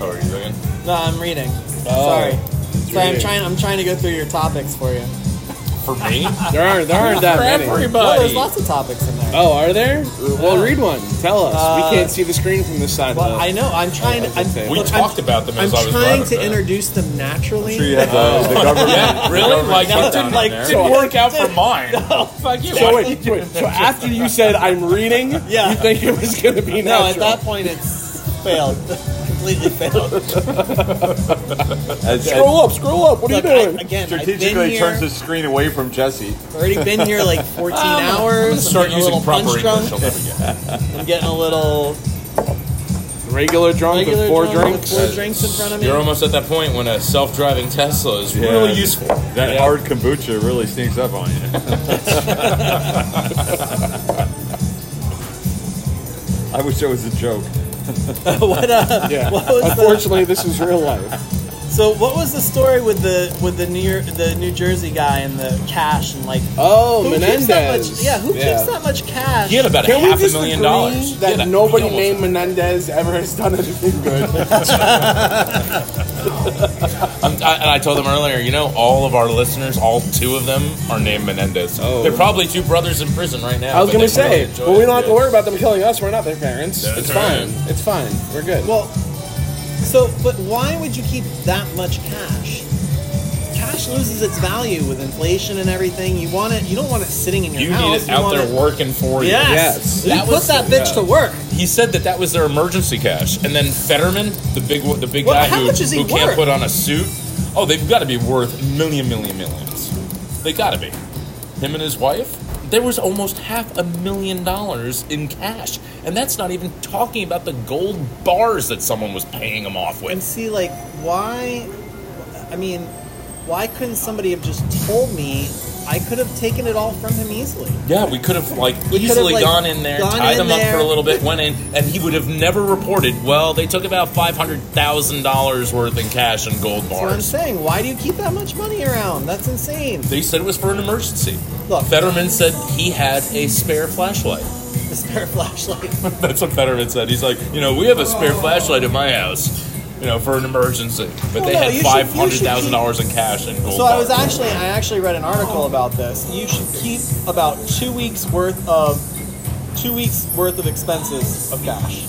are you reading?
No, I'm reading. Sorry.
Did
Sorry, I'm trying. I'm trying to go through your topics for you.
For me?
There aren't there aren't that
for
many.
No, there's
everybody.
lots of topics in there.
Oh, are there? Well, read one. Tell us.
Uh,
we can't see the screen from this side.
Well,
though.
I know. I'm trying.
that's
I'm,
okay.
we
look, I'm-
talked about them
I'm
as I was
trying
driving
to
back.
introduce them naturally.
Sure, you have the, the government.
Yeah, really? Like,
No,
it didn't,
like,
like,
so-
didn't work out for mine. Fuck you.
so wait, wait. So after you said I'm reading,
Yeah.
you think it was gonna be
no, at
natural?
that point, it's failed. Completely failed.
As, as
scroll up, scroll up. What
Look,
are you
I,
doing?
again, I've been
strategically
here.
turns his screen away from Jesse.
already been here like 14 hours. I'm
Start
getting a
using
little
proper
punch
English.
drunk.
You'll never get it.
I'm getting a little
Regular drunk
regular
with four
drunk with
drinks.
Four drinks in front of me.
You're almost at that point when a self-driving Tesla is
Yeah.
really useful.
That hard kombucha really sneaks up on you. I wish that was a joke.
what, uh,
Yeah.
what was the,
Unfortunately, this is real life.
so what was the story with the with the New York, the New Jersey guy and the cash and like
Oh,
who keeps
Menendez.
that much? Yeah, who keeps that much cash?
He had about
Can
a
we
half a
just
million
agree
dollars.
that
Yeah, he
nobody
almost-
named Menendez ever has done anything good?
I'm, I, and I told them earlier, you know, all of our listeners, all two of them, are named Menendez.
Oh.
They're probably two brothers in prison right now.
I was
but
gonna
they really
say,
enjoy
well, we
it.
don't have to worry about them killing us. We're not their parents.
That's
it's
right.
fine. It's fine. We're good.
Well, so but why would you keep that much cash? Cash loses its value with inflation and everything. You want it. You don't want it sitting in your
You
house.
need it out
want
there
it-
working for you.
Yes.
Yes.
You
That
put
was-
that bitch
yeah.
to work.
He said that that was their emergency cash, and then Fetterman, the big the big
Well,
guy
how
who,
much is he
who can't
worth?
put on a suit. Oh, they've got to be worth million, million, millions. They got to be. Him and his wife. There was almost half a million dollars in cash, and that's not even talking about the gold bars that someone was paying him off
and
with.
see like why i mean why couldn't somebody have just told me i could have taken it all from him easily
Yeah, we could have like
We could have,
easily
like,
gone in there,
gone
tied
in
him up
there.
for a little bit, went in, and he would have never reported. Well, they took about five hundred thousand dollars worth in cash and gold
that's what i'm
bars.
saying why do you keep that much money around that's insane
They said it was for an emergency.
Look.
Fetterman said he had a spare flashlight.
the spare flashlight
That's what Fetterman said. He's like, you know, we have a spare flashlight at my house, you know, for an emergency. But
Well,
they
no, you
had
should-
five
you
hundred
should
thousand dollars in cash and gold.
so i was
bars.
actually i actually read an article about this you should keep about two weeks worth of two weeks worth of expenses of cash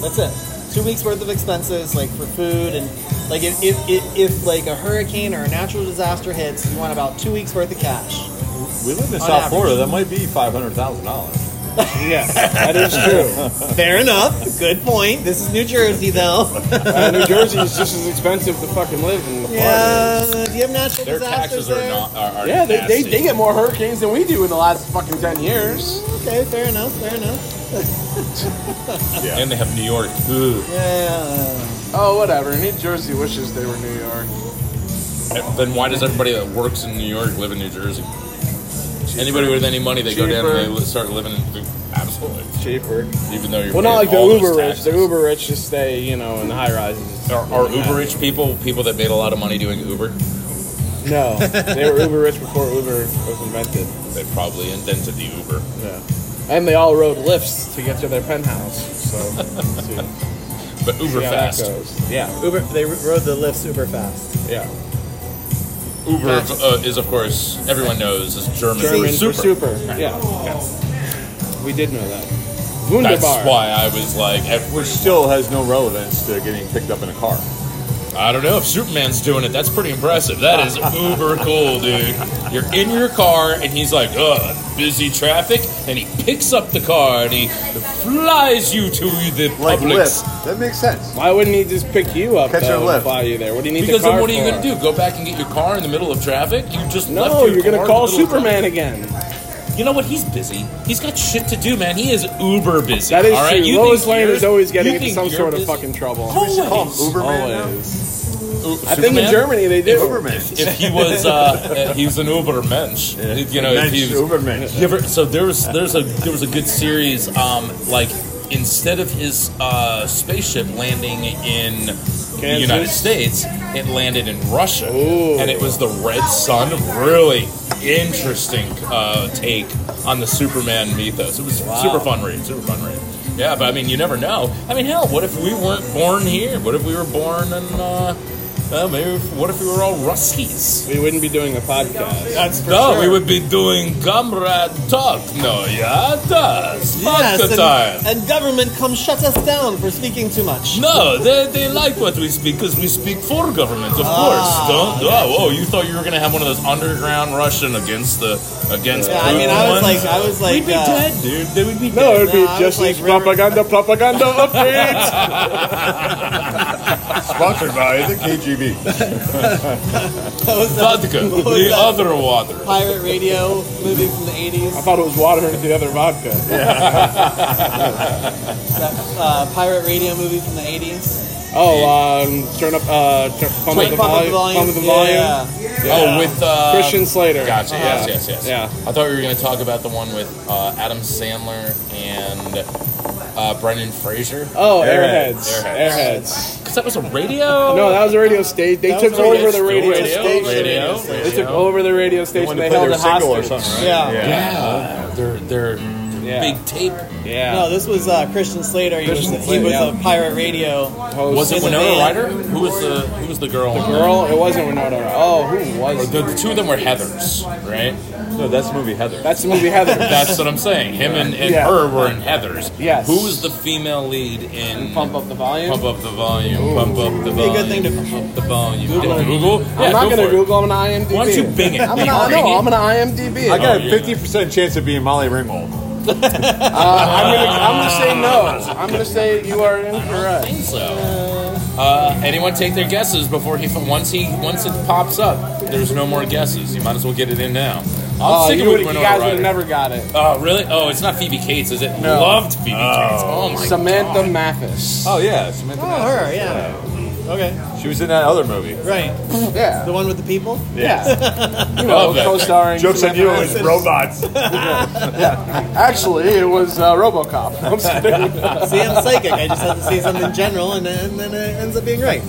That's it. Two weeks worth of expenses, like for food and like if if, if, if like a hurricane or a natural disaster hits, you want about two weeks worth of cash.
We live in
On
South
average.
Florida. That might be five hundred thousand dollars.
yes, that is true.
Fair enough. Good point. This is New Jersey though.
Uh, New Jersey is just as expensive to fucking live in the
yeah. Do you have natural
Their
disasters
taxes are
there?
not. Are, are
Yeah, they, they,
nasty.
they get more hurricanes than we do in the last fucking 10 years.
Okay, fair enough. Fair enough.
and they have New York. Ooh.
Yeah.
Oh, whatever. New Jersey wishes they were New York.
Then why does everybody that works in New York live in New Jersey? Anybody with any money, they go down and they li- start living in. Absolutely.
Cheaper.
Even though you're
Well, not like
paying
the
all those
uber rich.
taxes.
The uber rich just stay, you know, in the high rises.
Are, are uber rich people people that made a lot of money doing Uber?
No, they were uber rich before Uber was invented.
They probably invented the Uber.
Yeah. And they all rode lifts to get to their penthouse. So, see, see
But Uber
how that
fast.
goes. Yeah,
Uber. They rode the lift super fast.
yeah.
Uber
Fast.
uh, is, of course, everyone knows is German, for
German
super.
for super. Yeah. We did know that. Wunderbar.
That's why I was like, if we're
Which
st-
still has no relevance to getting picked up in a car.
I don't know if Superman's doing it. That's pretty impressive. That is uber cool, dude. You're in your car, and he's like, ugh, busy traffic, and he picks up the car and he flies you to the
Like
public.
Lyft. That makes sense.
Why wouldn't he just pick you up
Catch your
though, and
lift.
fly you there? What do you need
Because
the car
then what are you
for?
going to do? Go back and get your car in the middle of traffic? You just left
No,
your
you're gonna
car in
call
the middle of traffic.
Superman again.
You know what? He's busy. He's got shit to do, man. He is uber busy.
That is
all right?
true.
You
Lois
think
Lane
you're-
is always getting
you
into
think
some
you're
sort of
busy?
fucking trouble.
Always.
Call him Uberman now?
Always.
U-
I think in
Superman?
Germany they do.
Uberman.
if he was uh, he was an uber mensch you know if he was,
Uberman.
you ever, so there was there's a there was a good series um like instead of his uh, spaceship landing in the
Kansas?
United States it landed in Russia and it was the red sun really interesting uh, take on the Superman mythos it was super fun read super fun read yeah but I mean you never know I mean hell what if we weren't born here what if we were born in uh, Well, maybe if- what if we were all Ruskies?
We wouldn't be doing a podcast.
That's no, we would be doing comrade talk. No, yeah, does. Yes, the time.
and, and government come shut us down for speaking too much.
No, they, they like what we speak because we speak for government, of course. Don't. Oh, oh, you thought you were gonna have one of those underground Russian against the against.
Yeah, I mean, I was
Putin
like,
ones?
I was like,
we'd be
uh,
dead, dude. They would be dead.
No, it'd be
No, I
just
was
as
like,
propaganda, propaganda updates.
Sponsored by the KGB.
that was that
Vodka,
What was
the
that?
other water.
pirate radio movie from the eighties.
I thought it was water into the other vodka.
That uh, pirate radio movie from the eighties.
Oh, um, turn up, uh, turn, pump,
Wait,
up the volume, pump up the volume.
Yeah.
Oh, with uh,
Christian Slater.
Gotcha. Yes, yes, yes.
Yeah.
I thought we were going to talk about the one with uh, Adam Sandler and uh, Brendan Fraser.
Oh, Airheads.
Airheads.
Airheads.
Airheads.
Because that was a radio.
No, that was a radio station. They
That
took
was a radio
over the
sta-
radio,
radio,
station.
radio,
They took
radio.
over the radio station. They,
Wanted to play
held
their
it
single or
hostage.
something, right?
Yeah.
Yeah. They're they're
Yeah.
big tape.
Yeah.
No, this was uh, Christian Slater. He
Christian
was
Slater,
he was
yeah.
a pirate radio.
Host-
Was it
He's a
Winona
man.
Ryder? Who was the Who was the girl? on that?
girl? It wasn't Winona. Oh, who was? it?
The, the two of them were Heather's, right?
No, that's the movie Heather.
That's the movie Heather.
That's what I'm saying. Him and, and
Yeah.
her were in Heather's.
Yes.
Who was the female lead in
Pump up the volume.
Pump Up the Volume? Pump Up the Volume.
Be a good thing to-
pump up the volume.
Google it.
Google? Yeah, go
I'm not gonna
for it.
Google. I'm gonna IMDb.
Why don't you bing it?
I'm
You
gonna, I
bing it?
know, I'm gonna IMDb. Uh,
I
it.
got
Oh, yeah.
a fifty percent chance of being Molly Ringwald.
I'm gonna, I'm gonna say no. I'm gonna say you are incorrect.
think so. Uh, anyone take their guesses before he once he once it pops up. There's no more guesses. You might as well get it in now. I'm
Oh,
sticking
you, would,
with
you
Winona
guys would
Ryder.
have never got it.
Oh really? Oh, it's not Phoebe Cates, is it?
No.
Loved Phoebe Cates. Oh my
Samantha Mathis.
Oh yeah, Samantha.
Oh,
Mathis.
her, yeah. Okay,
She was in that other movie.
right.
Yeah.
The one with the people.
Yeah. you know,
Love that.
co-starring.
Jokes on
Samantha
you, it
Mathis.
was robots.
Actually, it was uh, RoboCop. I'm just kidding.
See, I'm psychic. I just had to say something general, and, and then it ends up being right.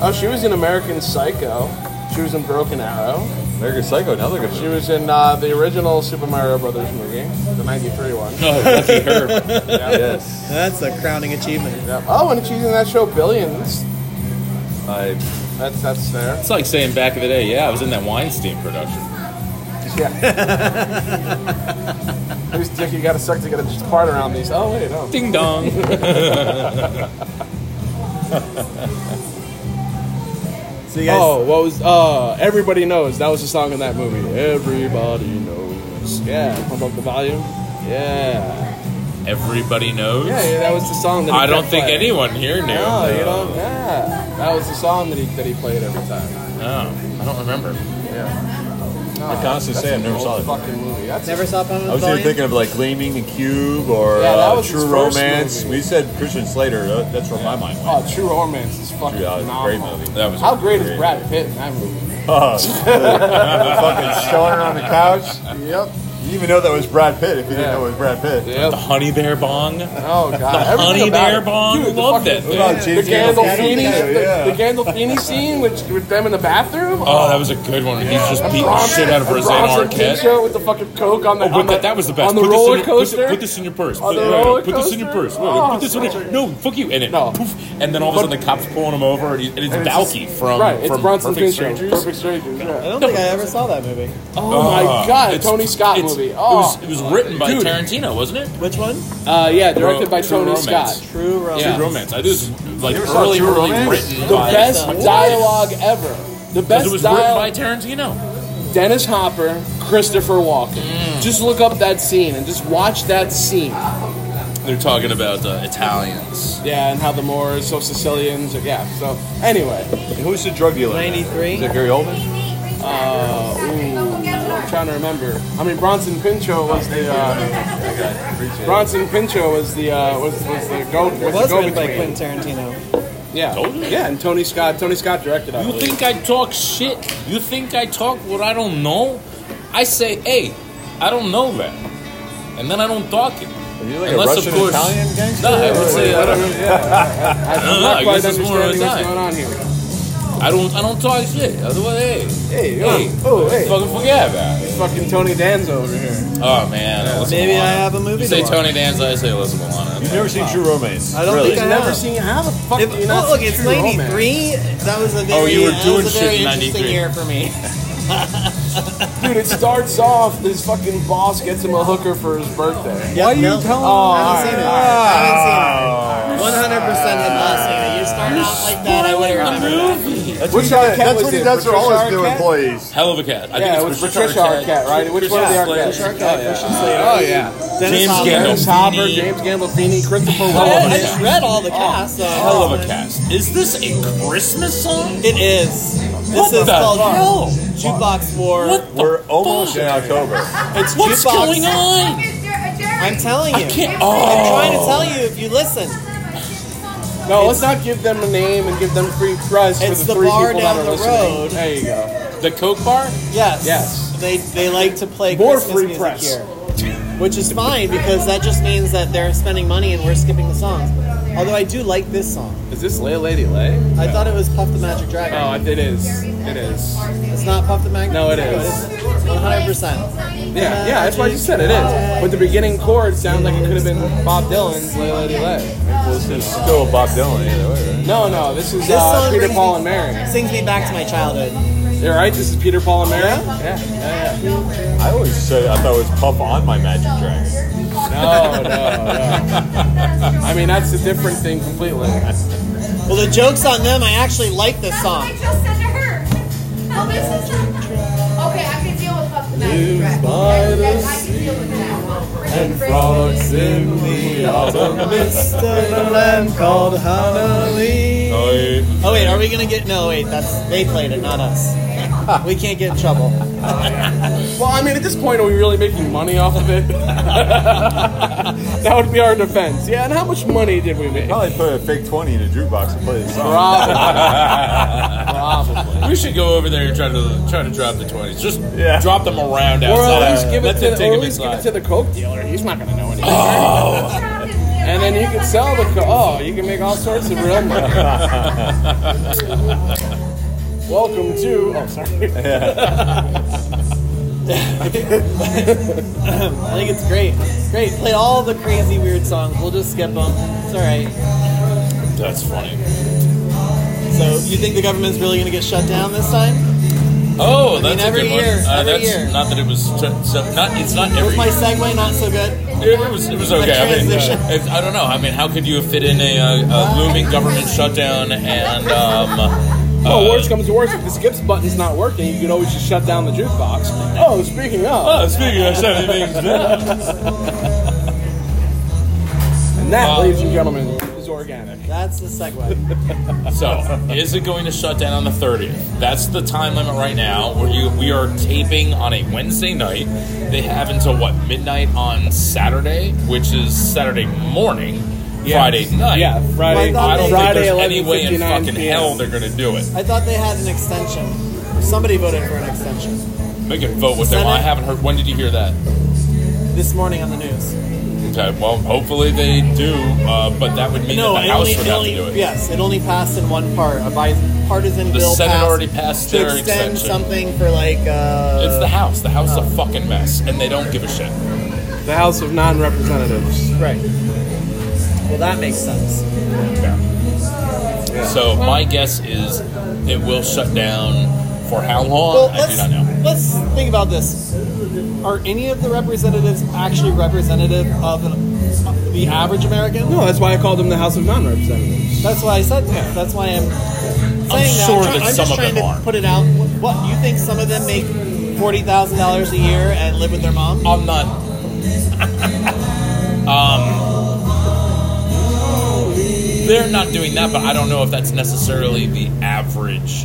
oh, she was in American Psycho. She was in Broken Arrow.
American Psycho, another good
She
movie.
was in uh, the original Super Mario Brothers movie, the '93 one.
Oh, lucky her.
Yes,
That's a crowning achievement.
Yep. Oh, and she's in that show Billions.
I
That's that's there.
It's like saying back in the day, yeah, I was in that Weinstein production.
Yeah. Who's dick you gotta suck to get a part around these? Oh wait, no.
Ding dong.
So you guys,
Oh, what was uh? Everybody knows that was the song in that movie. Everybody knows. Yeah, pump up the volume. Yeah.
Everybody knows.
Yeah, yeah Oh. that was the song. That he
I don't
kept
think
playing.
anyone here knew.
No, you don't. Yeah, that was the song that he that he played every time.
No, Oh, I don't remember.
Yeah. No,
I honestly say I never saw it.
Fucking movie. That's
never saw Pump Up
I was
the
either
Volume?
thinking of like Gleaming and Cube or
Yeah, that
uh,
was his
True
first
Romance.
movie.
We said Christian Slater. tha- That's where my mind went.
Oh, True Romance is fucking
Dude, that was a great
phenomenal.
movie.
That was
How great is Brad Pitt in that movie?
Oh, the fucking stoner on the couch.
Yep.
You even know that was Brad Pitt if you didn't
Yeah.
know it was Brad Pitt.
Yep.
the honey bear bong.
Oh god,
The
Everything
honey
about
bear
it.
bong?
Dude, the
Love that
fucking-
thing.
About
The
James
Gandolfini,
Gandolfini, yeah.
the, the Gandolfini scene with, with them in the bathroom.
Oh, that was a good one. He's just beating the shit out of Roseanne
Bronson
Arquette.
Pinchot with the fucking coke on the.
Oh,
on
but that, that was the best.
On the
put
roller
this in your, put thi-
coaster.
Put, this in your purse. put,
On the
no, no,
roller
put this in your
coaster?
purse. Wait, wait,
Oh,
put this in your,
sorry.
no, fuck you. And it,
No.
poof, and then all of a sudden the cops pulling him over, and, he, and it's
And it's-
Balky from,
right, it's
from
Bronson
Perfect
Pinchot.
Strangers.
Perfect Strangers.
I
Yeah.
don't think I ever saw that movie.
Oh my god, a
It's-
Tony Scott
it's-
movie.
It
Oh,
was, it was written by
Dude.
Tarantino, wasn't it?
Which one?
uh, yeah, directed by
True
Tony
Romance.
Scott.
True Romance.
True Romance. I just like
ever saw
early,
True
early
Romance?
written.
The
by-
best
Yes.
dialogue ever. The
'Cause
best
It was written by
dialogue.
Tarantino.
Dennis Hopper, Christopher Walken.
Mm.
Just look up that scene and just watch that scene.
They're talking about uh, Italians.
Yeah, and how the Moors, so Sicilians, yeah. So anyway,
And who's the drug dealer? in that?
93?
Is that Gary Oldman?
Oh.
uh, ooh, I'm trying to remember. I mean, Bronson Pinchot was the uh, Bronson Pinchot was the uh, was, was the go was, the
It was
go
written by
between.
Quentin Tarantino.
Yeah,
Totally.
yeah, and Tony Scott. Tony Scott directed. I
You
believe.
think I talk shit? You think I talk what I don't know? I say, hey, I don't know that. And then I don't talk it.
Are you like
Unless,
a Russian
of course.
Italian gangster?
No, I would say I don't,
I,
don't
am
know,
not
I
quite
guess it's more
understanding
of a time.
what's going on here.
I don't, I don't talk shit. Otherwise, hey,
Hey,
hey,
oh, oh, hey,
fucking forget about it.
fucking Tony Danza over here.
Oh man, I listen
Maybe
to
I
Lana.
have a movie
You say
to watch.
Tony Danza, I say Alyssa Milano.
You've never seen True Romance?
I don't
really?
think I
Never
have.
seen you have a fuck
If,
do you not
well, look, it's
screw home, man?
93. That was a very,
Oh, you were
that
doing
was a
shit
very
in
interesting
93.
year for me.
Dude, it starts off this fucking boss gets him a hooker for his birthday.
Why are you telling
Oh,
I
alright,
haven't seen it.
Ah.
alright.
I
Ah.
haven't seen it. One hundred percent had not seen it. You start out like that, I would have remembered. that.
That's
Which
what he does,
Arquette
that's
was
what he
it,
does for all his
Patricia
new
Arquette?
employees.
Hell of a cat. I
Yeah, it
think
was
it's Patricia,
Patricia Arquette, right? Which one of the
Slater.
Arquettes?
Arquette, Christian Slater.
Oh yeah,
Dennis
James
Hopper.
Gandolfini.
Dennis Hopper, James Gandolfini, Christopher
I, I
Walken.
just read all the cast. So.
Oh, Hell of a cast. Is this a Christmas song?
It is. This
What
is
the
called
hell?
Jukebox War.
What the
We're almost in October.
It's
What's
jukebox.
going on?
I'm telling you.
I can't.
I'm trying to
Oh.
tell you if you listen.
No, let's not give them a name and give them free press for
It's
the
the
three
bar
people
down
that are
the
listening.
road.
There you go.
The Coke bar?
Yes.
Yes.
They they like to play
More
Christmas
free
music
press.
here, which is fine because that just means that they're spending money and we're skipping the songs. Although I do like this song.
Is this Leia Lady Lay?
I thought it was Puff the Magic Dragon.
Oh, it is. It is.
It's not Puff the Magic.
No, it is.
One hundred percent.
Yeah, yeah, that's why you said it is. But the beginning chord sounds like it could have been Bob Dylan's Leia Lady Lay.
Well, this is still Bob Dylan either way, right?
No, no, this is
This
uh,
song
Peter,
brings
Paul, and
me-
Mary.
Sings me back to my childhood.
You're right, this is Peter, Paul, and Mary?
Yeah?
yeah, yeah.
I always said I thought it was Puff on my Magic Dragon.
No, no, no. I mean, that's a different thing completely.
Well, the joke's on them. I actually like this song.
That's what I just said to her. No, this is okay. I can deal with Puff the Magic Dragon. That- that- I can deal with that. And frogs in the
Oh wait, are we gonna get? No, wait. That's they played it, not us. We can't get in trouble.
Well, I mean, at this point, are we really making money off of it? that would be our defense. Yeah, and how much money did we make?
Probably put a fake twenty in a jukebox and play this song.
Probably.
We should go over there and try to try to drop the twenties. Just
Yeah.
drop them around outside.
Or at least give it,
Let them
to,
take
or
them
at least give it
inside.
to the coke dealer. He's not going to know anything. And then you can sell the coke. Oh, you can make all sorts of real money. Welcome to. Oh, sorry.
I think it's great. It's great. Play all the crazy weird songs. We'll just skip them. It's all right.
That's funny.
So you think the government's really gonna get shut down this time?
Oh, that's
every
a good
year,
one. Uh,
every
that's
year.
not that it was t- so not. It's not
Was
every.
my segue not so good?
It was it was okay. I mean,
transition.
uh, if, I don't know. I mean, how could you have fit in a, uh a looming government shutdown and um?
Oh,
uh,
worst comes to worst, if the skips button's not working, you can always just shut down the jukebox. Oh, speaking of,
Oh, speaking of seven things, yeah.
and that, ladies and gentlemen, is organic.
That's the segue.
so is it going to shut down on the 30th? That's the time limit right now. Where you, we are taping on a Wednesday night. They have until what midnight on Saturday, which is Saturday morning, Friday night.
Yeah, Friday.
Well,
I don't
Friday,
think there's any way in
11:59
fucking
PM.
hell they're going to do it.
I thought they had an extension. Somebody voted for an extension
They can vote with them.
Senate?
I haven't heard. When did you hear that?
this morning on the news.
Okay. Well, hopefully they do, uh, but that would mean that the
it
House
only,
would
it
have
only-
to do it.
yes, it only passed in one part. A bipartisan
The
bill
Senate
passed
already passed
to
their
extend
extension.
something for like. Uh, oh.
It's the House. The House is a fucking mess, and they don't give a shit.
The House of Non-Representatives.
right. Well, that makes sense.
So my guess is it will shut down for how long?
Well,
I do
let's,
not know.
let's think about this. Are any of the representatives actually representative of an, the average American?
No, that's why I called them the House of Non-Representatives.
That's why I said that. That's why I'm saying that.
sure
I'm, try-
that
I'm
some
just
of
trying
them
to
are.
put it out. What you think? Some of them make forty thousand dollars a year and live with their mom.
I'm not. um, they're not doing that, but I don't know if that's necessarily the average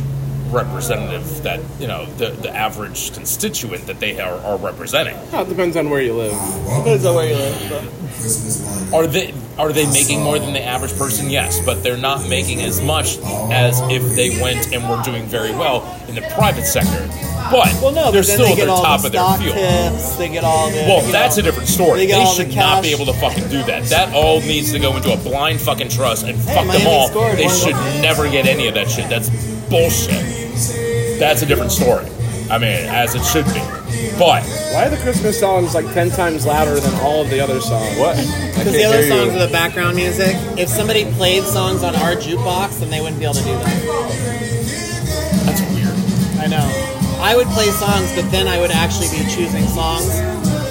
representative that you know the the average constituent that they are, are representing.
Well, it depends on where you live.
Depends on where you live.
Are they are they making more than the average person? Yes, but they're not making as much as if they went and were doing very well in the private sector. But
Well, no,
they're
but then
still
they
at the
get all
top
the
of their
stock
field.
tips. They get all the.
Well,
they get
that's
all-
a different story.
they get
They
all the
should not be
cash.
able to fucking do that. That all needs to go into a blind fucking trust and fuck
Miami
them all.
scored
They
one.
should never get any of that shit. That's bullshit. That's a different story. I mean, as it should be. But
Why are the Christmas songs like ten times louder than all of the other songs?
What?
Because the other songs are the background music. If somebody played songs on our jukebox, then they wouldn't be able to do that.
that's weird.
I know. I would play songs, but then I would actually be choosing songs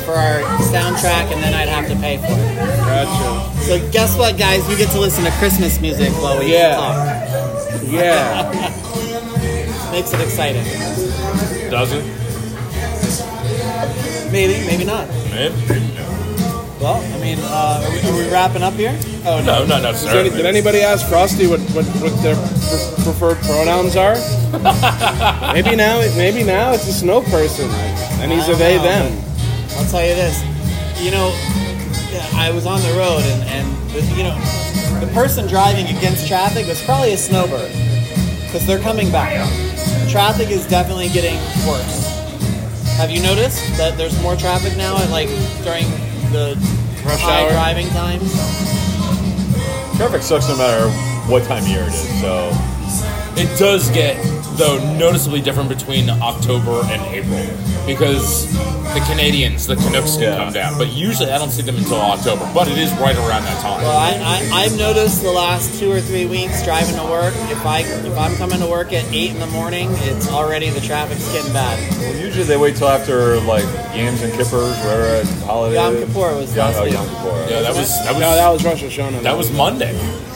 for our soundtrack, and then I'd have to pay for it.
Gotcha.
So guess what, guys? You get to listen to Christmas music while we
Yeah.
talk.
Yeah.
Makes it exciting.
Does it?
Maybe, maybe not.
Maybe.
Well, I mean, uh, are, we, are we wrapping up here? Oh no.
No, no, no,
Did,
sir.
any, did anybody ask Frosty what, what, what their pre- preferred pronouns are? maybe now, maybe now it's a snow person, and he's a they them.
I'll tell you this. You know, I was on the road, and, and the, you know, the person driving against traffic was probably a snowbird because they're coming back. Traffic is definitely getting worse. Have you noticed that there's more traffic now at like during the
Rush
high
hour?
driving times?
Traffic sucks no matter what time of year it is. So
It does get, though, noticeably different between October and April because the Canadians, the Canucks, can
Yeah.
come down. But usually, I don't see them until October. But it is right around that time.
Well, I, I I've noticed the last two or three weeks driving to work. If I if I'm coming to work at eight in the morning, it's already the traffic's getting bad.
well, usually they wait till after like yams and kippers, whatever holiday.
Yom
it is.
Kippur was
Yom,
last
oh,
week.
Yom Kippur.
yeah, that was that was
No, that was Rosh Hashanah.
that was Monday.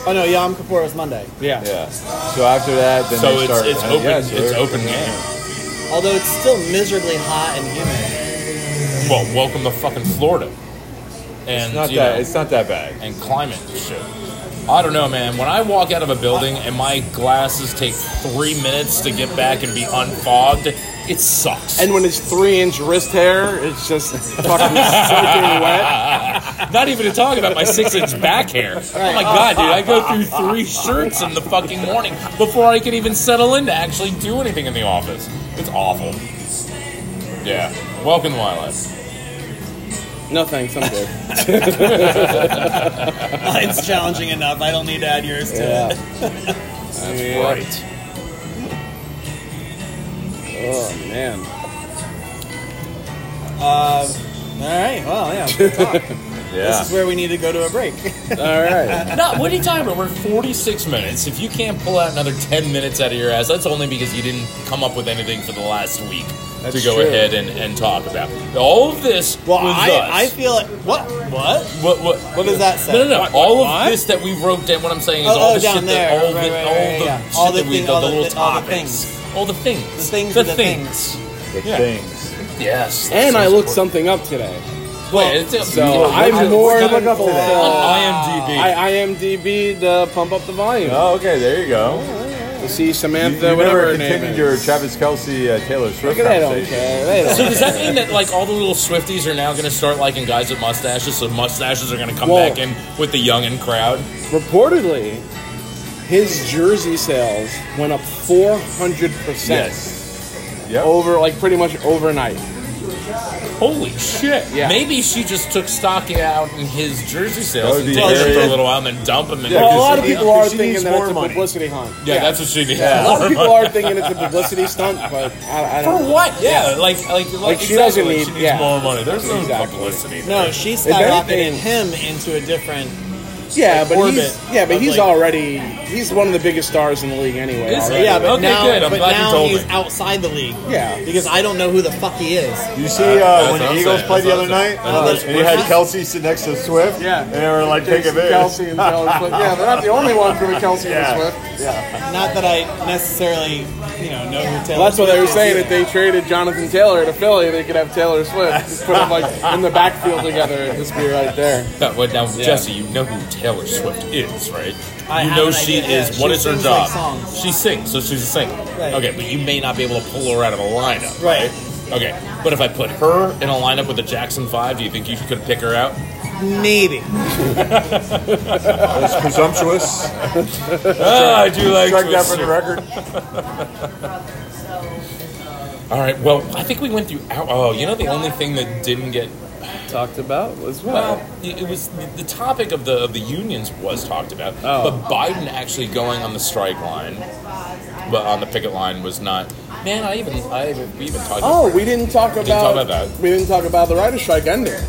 Oh no, Yom Kippur was Monday.
yeah.
Yeah. So after that, then
So it's
they start.
it's
uh,
open
yeah, so
it's
they're-
open game.
Although it's still miserably hot and humid.
Well, welcome to fucking Florida. And
It's not
you
that.
know,
It's not that bad.
and climate and shit. I don't know, man. When I walk out of a building and my glasses take three minutes to get back and be unfogged, it sucks.
And when it's three inch wrist hair, it's just fucking soaking wet.
Not even to talk about my six inch back hair. Oh my god, dude, I go through three shirts in the fucking morning before I can even settle in to actually do anything in the office. It's awful. Yeah. Welcome to my life.
No thanks, I'm good.
Mine's Uh, challenging enough. I don't need to add yours to it.
Yeah.
Right.
Oh man.
All right. Well, yeah. good talk. This
Yeah.
is where we need to go to a break.
All right.
No, what are you talking about? We're 46 minutes. If you can't pull out another 10 minutes out of your ass, that's only because you didn't come up with anything for the last week
That's
to go
true.
ahead and, and talk about. All of this
Well,
was
I,
us.
I feel like what what?
what, what,
What does that say?
No, no, no. all of
what?
this that we wrote down, what I'm saying is
Oh,
all
oh,
the
down
shit
there.
that, all
Right,
the,
right,
all
right,
the
yeah.
shit
All the
that we,
thing-
the,
all the
little
thi- all the
topics. All the things.
The things
The
are the
things.
The
Yeah.
things.
Yes.
And
that's
I
so
looked
important.
something up today.
Wait, it's, it's,
So I'm more
What'd you
than
look up today?
fulfilled.
on IMDb.
I IMDb the pump up the volume.
Oh, okay. There you go.
You see
You,
Samantha,
you
whatever
never
her name
continued
is.
your Travis Kelsey uh, Taylor
Look
Swift
at they don't
conversation.
care. They don't
So does that
care.
mean that like all the little Swifties are now going to start liking guys with mustaches? So mustaches are going to come
Whoa.
back in with the young and crowd.
Reportedly, his jersey sales went up 400%
Yes. Yep.
over, like, pretty much overnight.
Holy shit!
Yeah.
Maybe she just took stock out in his jersey sales
That would
and
be
take it
very-
for a little while and then dump him. And
Yeah,
Well, a
because
lot of
she-
people
yeah,
are
she needs
thinking that
more
it's a
money.
publicity hunt.
yeah, that's what she needs.
a lot of people are thinking it's a publicity stunt, but I, I
For
don't know.
what? Yeah, like like like,
she
exactly,
doesn't
like,
need-
she needs
yeah.
more money. There's no
Exactly.
publicity.
No,
there.
she
anything-
skyrocketed him into a different.
Yeah,
like,
but
orbit
he's yeah, but
of,
he's
like-
already he's one of the biggest stars in the league anyway.
Is he?
already.
Yeah, but
Okay,
now,
good. I'm
but
glad you
now
told
he's
me.
outside the league.
Yeah.
Because I don't know who the fuck he is.
You see uh,
what
when
I'm
the Eagles
saying.
played the
That's what I'm
other night,
saying.
uh,
That's what
and you
I'm
had
saying.
Kelsey sit next to Swift.
Yeah.
and they were like, "Take
Jason
a
Kelsey
bit."
and Taylor Swift. Yeah, they're not the only ones from Kelsey
Yeah.
and Swift.
Not that I necessarily, you know, know who Taylor.
Well, that's what they were
Swift is
saying.
either.
If they traded Jonathan Taylor to Philly, they could have Taylor Swift just put them like in the backfield together and just be right there.
That- well, now, Jesse, you know who Taylor Swift is, right?
I
you
have
know
an
she
idea, yeah.
is. What
She
is her
sings,
job?
like, songs.
she sings, so she's a singer.
Right.
Okay, but you may not be able to pull her out of a lineup.
Right.
Okay, but if I put her in a lineup with the Jackson Five, do you think you could pick her out?
Maybe.
That's presumptuous.
Ah, I do like
Strike
to
that for the
assume.
record.
All right. Well, I think we went through. Our, oh, you know the only thing that didn't get
talked about was what?
Well, it it was the the topic of the of the unions was talked about,
Oh.
but Biden actually going on the strike line, but on the picket line was not. Man, I even I even, we even talked.
oh, we didn't talk about.
talk about that.
We didn't talk about the writer's strike ending.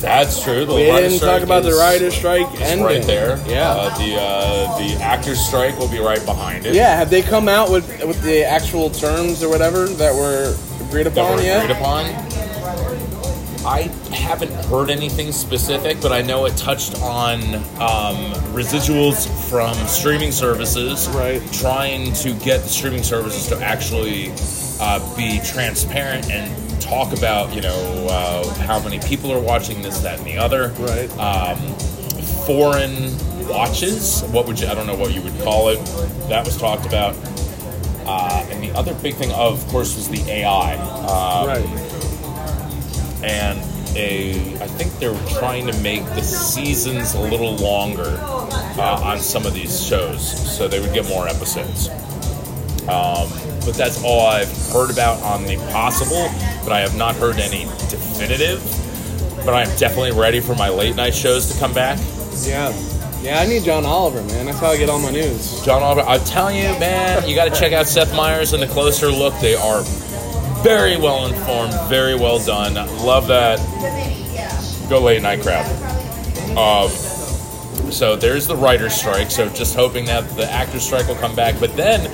that's true. The
We
writer's
didn't
strike
talk about the
is-
writer's strike
is
ending.
right there.
Yeah.
uh, the uh, the actors' strike will be right behind it.
yeah. Have they come out with with the actual terms or whatever that were agreed
that
upon
were
yet?
agreed upon. I haven't heard anything specific, but I know it touched on um, residuals from streaming services.
Right.
Trying to get the streaming services to actually uh, be transparent and talk about, you know, uh, how many people are watching this, that, and the other.
Right.
Um, foreign watches. What would you? I don't know what you would call it. That was talked about. Uh, and the other big thing, of course, was the AI. Uh,
right.
and a I think they're trying to make the seasons a little longer uh, on some of these shows, so they would get more episodes. Um, but that's all I've heard about on the possible, but I have not heard any definitive. But I'm definitely ready for my late night shows to come back.
Yeah. Yeah. I need John Oliver, man. That's how I get all my news.
John Oliver, I'm telling you, man, you got to check out Seth Meyers and the closer look. They are very well informed, very well done. Love that. Go late night crowd. Um, so there's the writer's strike. So just hoping that the actor's strike will come back. But then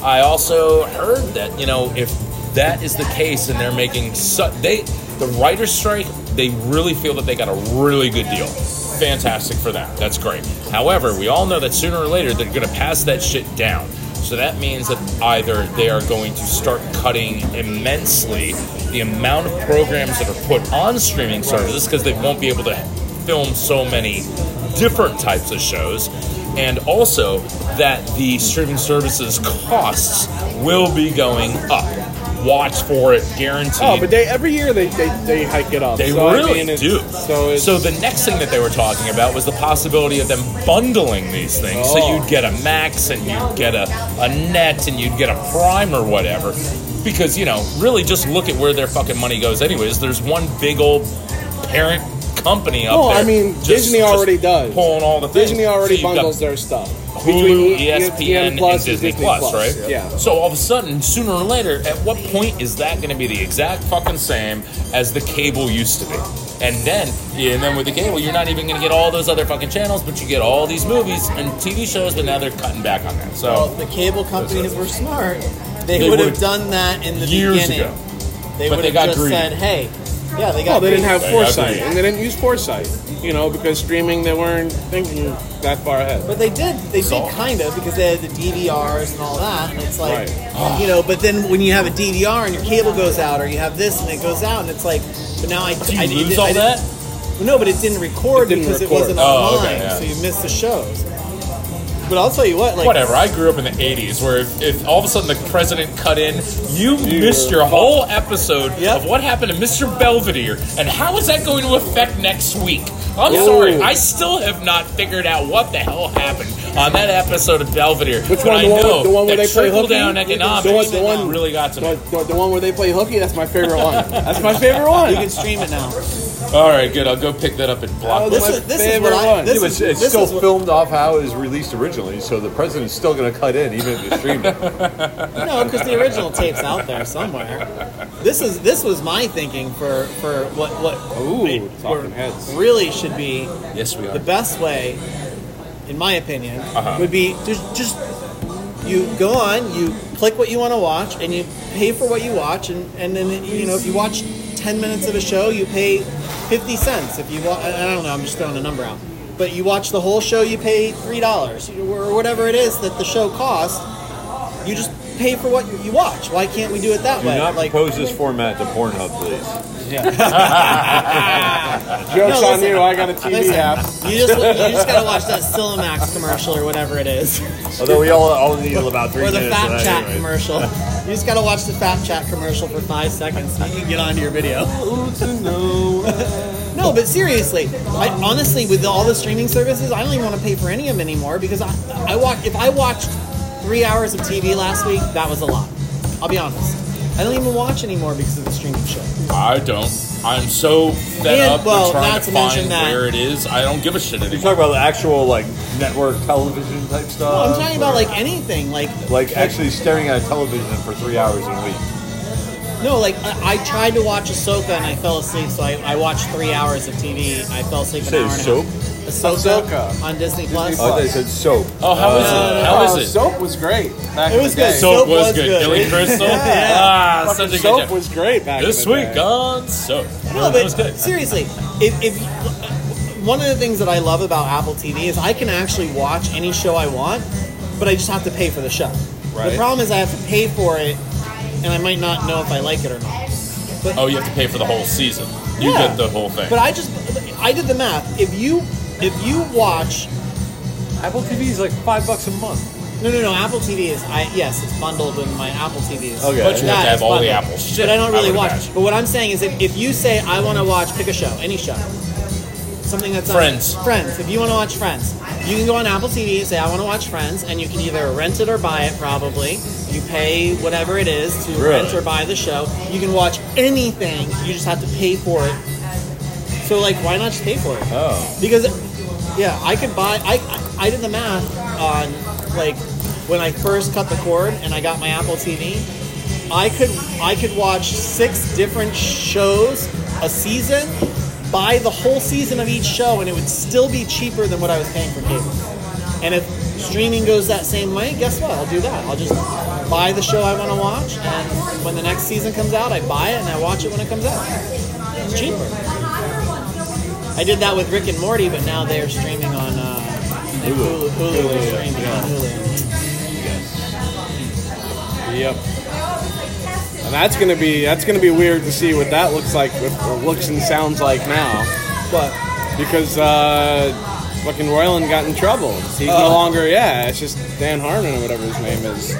I also heard that, you know, if that is the case and they're making su- they the writer's strike, they really feel that they got a really good deal. Fantastic for them. That's great. However, we all know that sooner or later they're going to pass that shit down. So that means that either they are going to start cutting immensely the amount of programs that are put on streaming services because they won't be able to film so many different types of shows, and also that the streaming services costs will be going up. Watch for it, guaranteed.
Oh, but they every year they they, they hike it up.
They
So, I
really
mean, it's-
do.
So it's,
the next thing that they were talking about was the possibility of them bundling these things. So
Oh.
you'd get a Max and you'd get a, a Net and you'd get a Prime or whatever. Because, you know, really just look at where their fucking money goes, anyways. There's one big old parent company up
No,
there.
Oh, I mean, Disney already does.
Pulling all the things.
Disney already
So you've got
bundles their stuff.
Hulu,
E-
ESPN,
Plus
and Disney, Plus, right?
Yeah.
So all of a sudden, sooner or later, at what point is that going to be the exact fucking same as the cable used to be? And then, yeah, and then with the cable, you're not even going to get all those other fucking channels, but you get all these movies and TV shows. But now they're cutting back on that.
Well,
So,
if the cable companies were smart, they,
They
would
would've-
have done that in the
years
beginning.
ago,
They
but
would
they
have
got
just
greedy.
said, "Hey, yeah, they got."
Well, they didn't
greedy.
have
They
foresight,
agree.
and they didn't use foresight, you know, because streaming they weren't thinking that far ahead.
But they did. They
Saw.
did kind of because they had the DVRs and all that, and it's like,
Right.
you know. But then when you have a DVR and your cable goes out, or you have this and it goes out, and it's like, but now I
do you
I,
lose
did-
all
I did-
that?
No, but it didn't record
It didn't
because
record.
it wasn't
Oh,
online,
okay, yeah.
so you missed the shows. But I'll tell you what, like
Whatever. I grew up in the '80s, where if, if all of a sudden the president cut in, you missed your whole episode
Yep.
of what happened to Mr. Belvedere, and how is that going to affect next week? I'm
Yeah.
sorry, I still have not figured out what the hell happened on that episode of Belvedere.
Which
but
one?
I
The one,
know
with- the one where
that
they play hooky?
trickle-down economics
The one, the one,
really got to me.
the, the- the one where they play hooky. That's my favorite one. That's my favorite one.
you can stream it now.
All right, good. I'll go pick that up at Blockbuster.
This
my
is this is
favorite
what I
one.
this
Yeah, but
is
it's, it's
this
still
is what-
filmed off how it was released originally, so the president's still going to cut in, even if it's streamed.
No, because the original tape's out there somewhere. This is this was my thinking for for what what
Ooh, talking heads.
really should be
yes, we
the
are.
best way, in my opinion,
Uh-huh.
would be just just you go on, you click what you want to watch, and you pay for what you watch, and and then you know if you watch ten minutes of a show, you pay fifty cents. If you wa- I I don't know, I'm just throwing a number out, but you watch the whole show, you pay three dollars or whatever it is that the show costs. You just pay for what you watch. Why can't we do it that
Do
way?
not
like,
propose this format to Pornhub, please.
Jokes
No,
on
listen.
you. I got a TV
ah, Listen.
app.
you just you just gotta watch that Cinemax commercial or whatever it is.
Although we all all need about three
or the
minutes. of
Fat
that
Chat
anyway.
commercial. You just gotta watch the Fat Chat commercial for five seconds so you can get onto your video. no, but seriously, I, honestly, with all the streaming services, I don't even want to pay for any of them anymore because I, I watch. If I watched three hours of TV last week, that was a lot. I'll be honest. I don't even watch anymore because of the streaming shit.
I don't. I'm so fed
And-
up
well,
with trying
not
to,
to mention
find
that-
where it is. I don't give a shit
You
anymore.
talking about the actual like network television type stuff?
No, I'm talking about
or-
like anything. Like
like actually staring at a television for three hours a week.
no, like I, I tried to watch Ahsoka and I fell asleep. So I, I watched three hours of TV. I fell asleep an
Say
hour and
soap?
a half. Ahsoka,
Ahsoka.
on Disney Plus.
Oh, they said soap.
Oh, how is it? How is
Oh,
it?
Soap was great. Back
It
in
was
the day.
good.
Soap,
Soap
was,
was
good.
good.
Billy Crystal.
Yeah.
Ah,
Fucking
such a good
soap
job.
was great back
This
in the
week
day.
on soap.
No,
Oh, That
but
was good.
seriously, if, if one of the things that I love about Apple TV is I can actually watch any show I want, but I just have to pay for the show.
Right.
The problem is I have to pay for it, and I might not know if I like it or not.
Oh, you have to pay for the whole season. You
Yeah.
get the whole thing.
But I just I did the math. If you if you watch
Apple TV is like five bucks a month.
no no no Apple TV is I yes it's bundled with my Apple TV. is-
Okay.
but you
Yeah,
have to have
it's
all the
bundled.
Apple shit.
But I don't really
would
watch.
imagine.
But what I'm saying is that if you say I want to watch, pick a show, any show, something that's on-
Friends.
Friends. If you want to watch Friends, you can go on Apple TV and say I want to watch Friends, and you can either rent it or buy it. Probably you pay whatever it is to
Really?
rent or buy the show. You can watch anything. You just have to pay for it. So like, why not just pay for it?
Oh,
Because, yeah, I could buy. I I I did the math on like when I first cut the cord and I got my Apple TV. I could I could watch six different shows a season, buy the whole season of each show, and it would still be cheaper than what I was paying for cable. And if streaming goes that same way, guess what? I'll do that. I'll just buy the show I want to watch, and when the next season comes out, I buy it and I watch it when it comes out. It's cheaper. I did that with Rick and Morty, but now they are streaming on uh, Hulu. Hulu, is streaming on Hulu.
Yep. And that's gonna be that's gonna be weird to see what that looks like, with, or looks and sounds like now,
But
because uh, fucking Royland got in trouble. He's
Oh.
no longer yeah. It's just Dan Harmon or whatever his name is.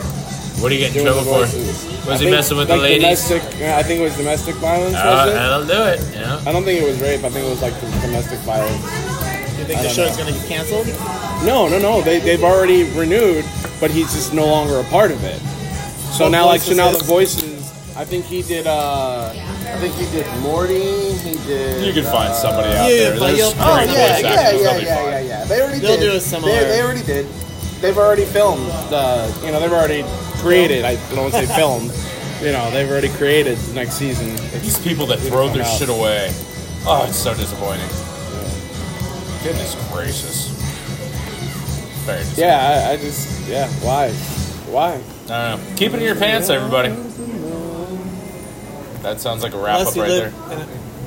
What are you getting in
doing the
trouble for?
voices. I
Was he
think,
messing with the
like,
ladies?
Domestic, uh, I think it was domestic violence. was
Uh,
it?
that'll do it. Yeah.
I don't think it was rape. I think it was like domestic violence.
you think
I
the
don't
show's going to get canceled?
No, no, no. They they've already renewed, but he's just no longer a part of it. So
What
now, like, so
voices
now
is-
the voices. I think he did. uh I think he did Morty. He did.
You can find somebody out
Yeah,
there.
but
There's
you'll-
great
Oh yeah,
voice
yeah,
actors.
yeah,
They'll
yeah,
be
yeah,
fine.
yeah, yeah. They already
They'll
did.
do a similar-
They, they already did. They've already filmed. The, you know, they've already created. I don't want to say filmed. You know, they've already created the next season.
These people that throw their shit away. Oh, it's so disappointing. Goodness gracious. Very disappointing.
Yeah, I, I just yeah. Why? Why?
I don't know. Keep it in your pants, everybody. That sounds like a wrap
Unless
up
you
right
live
there.
in a,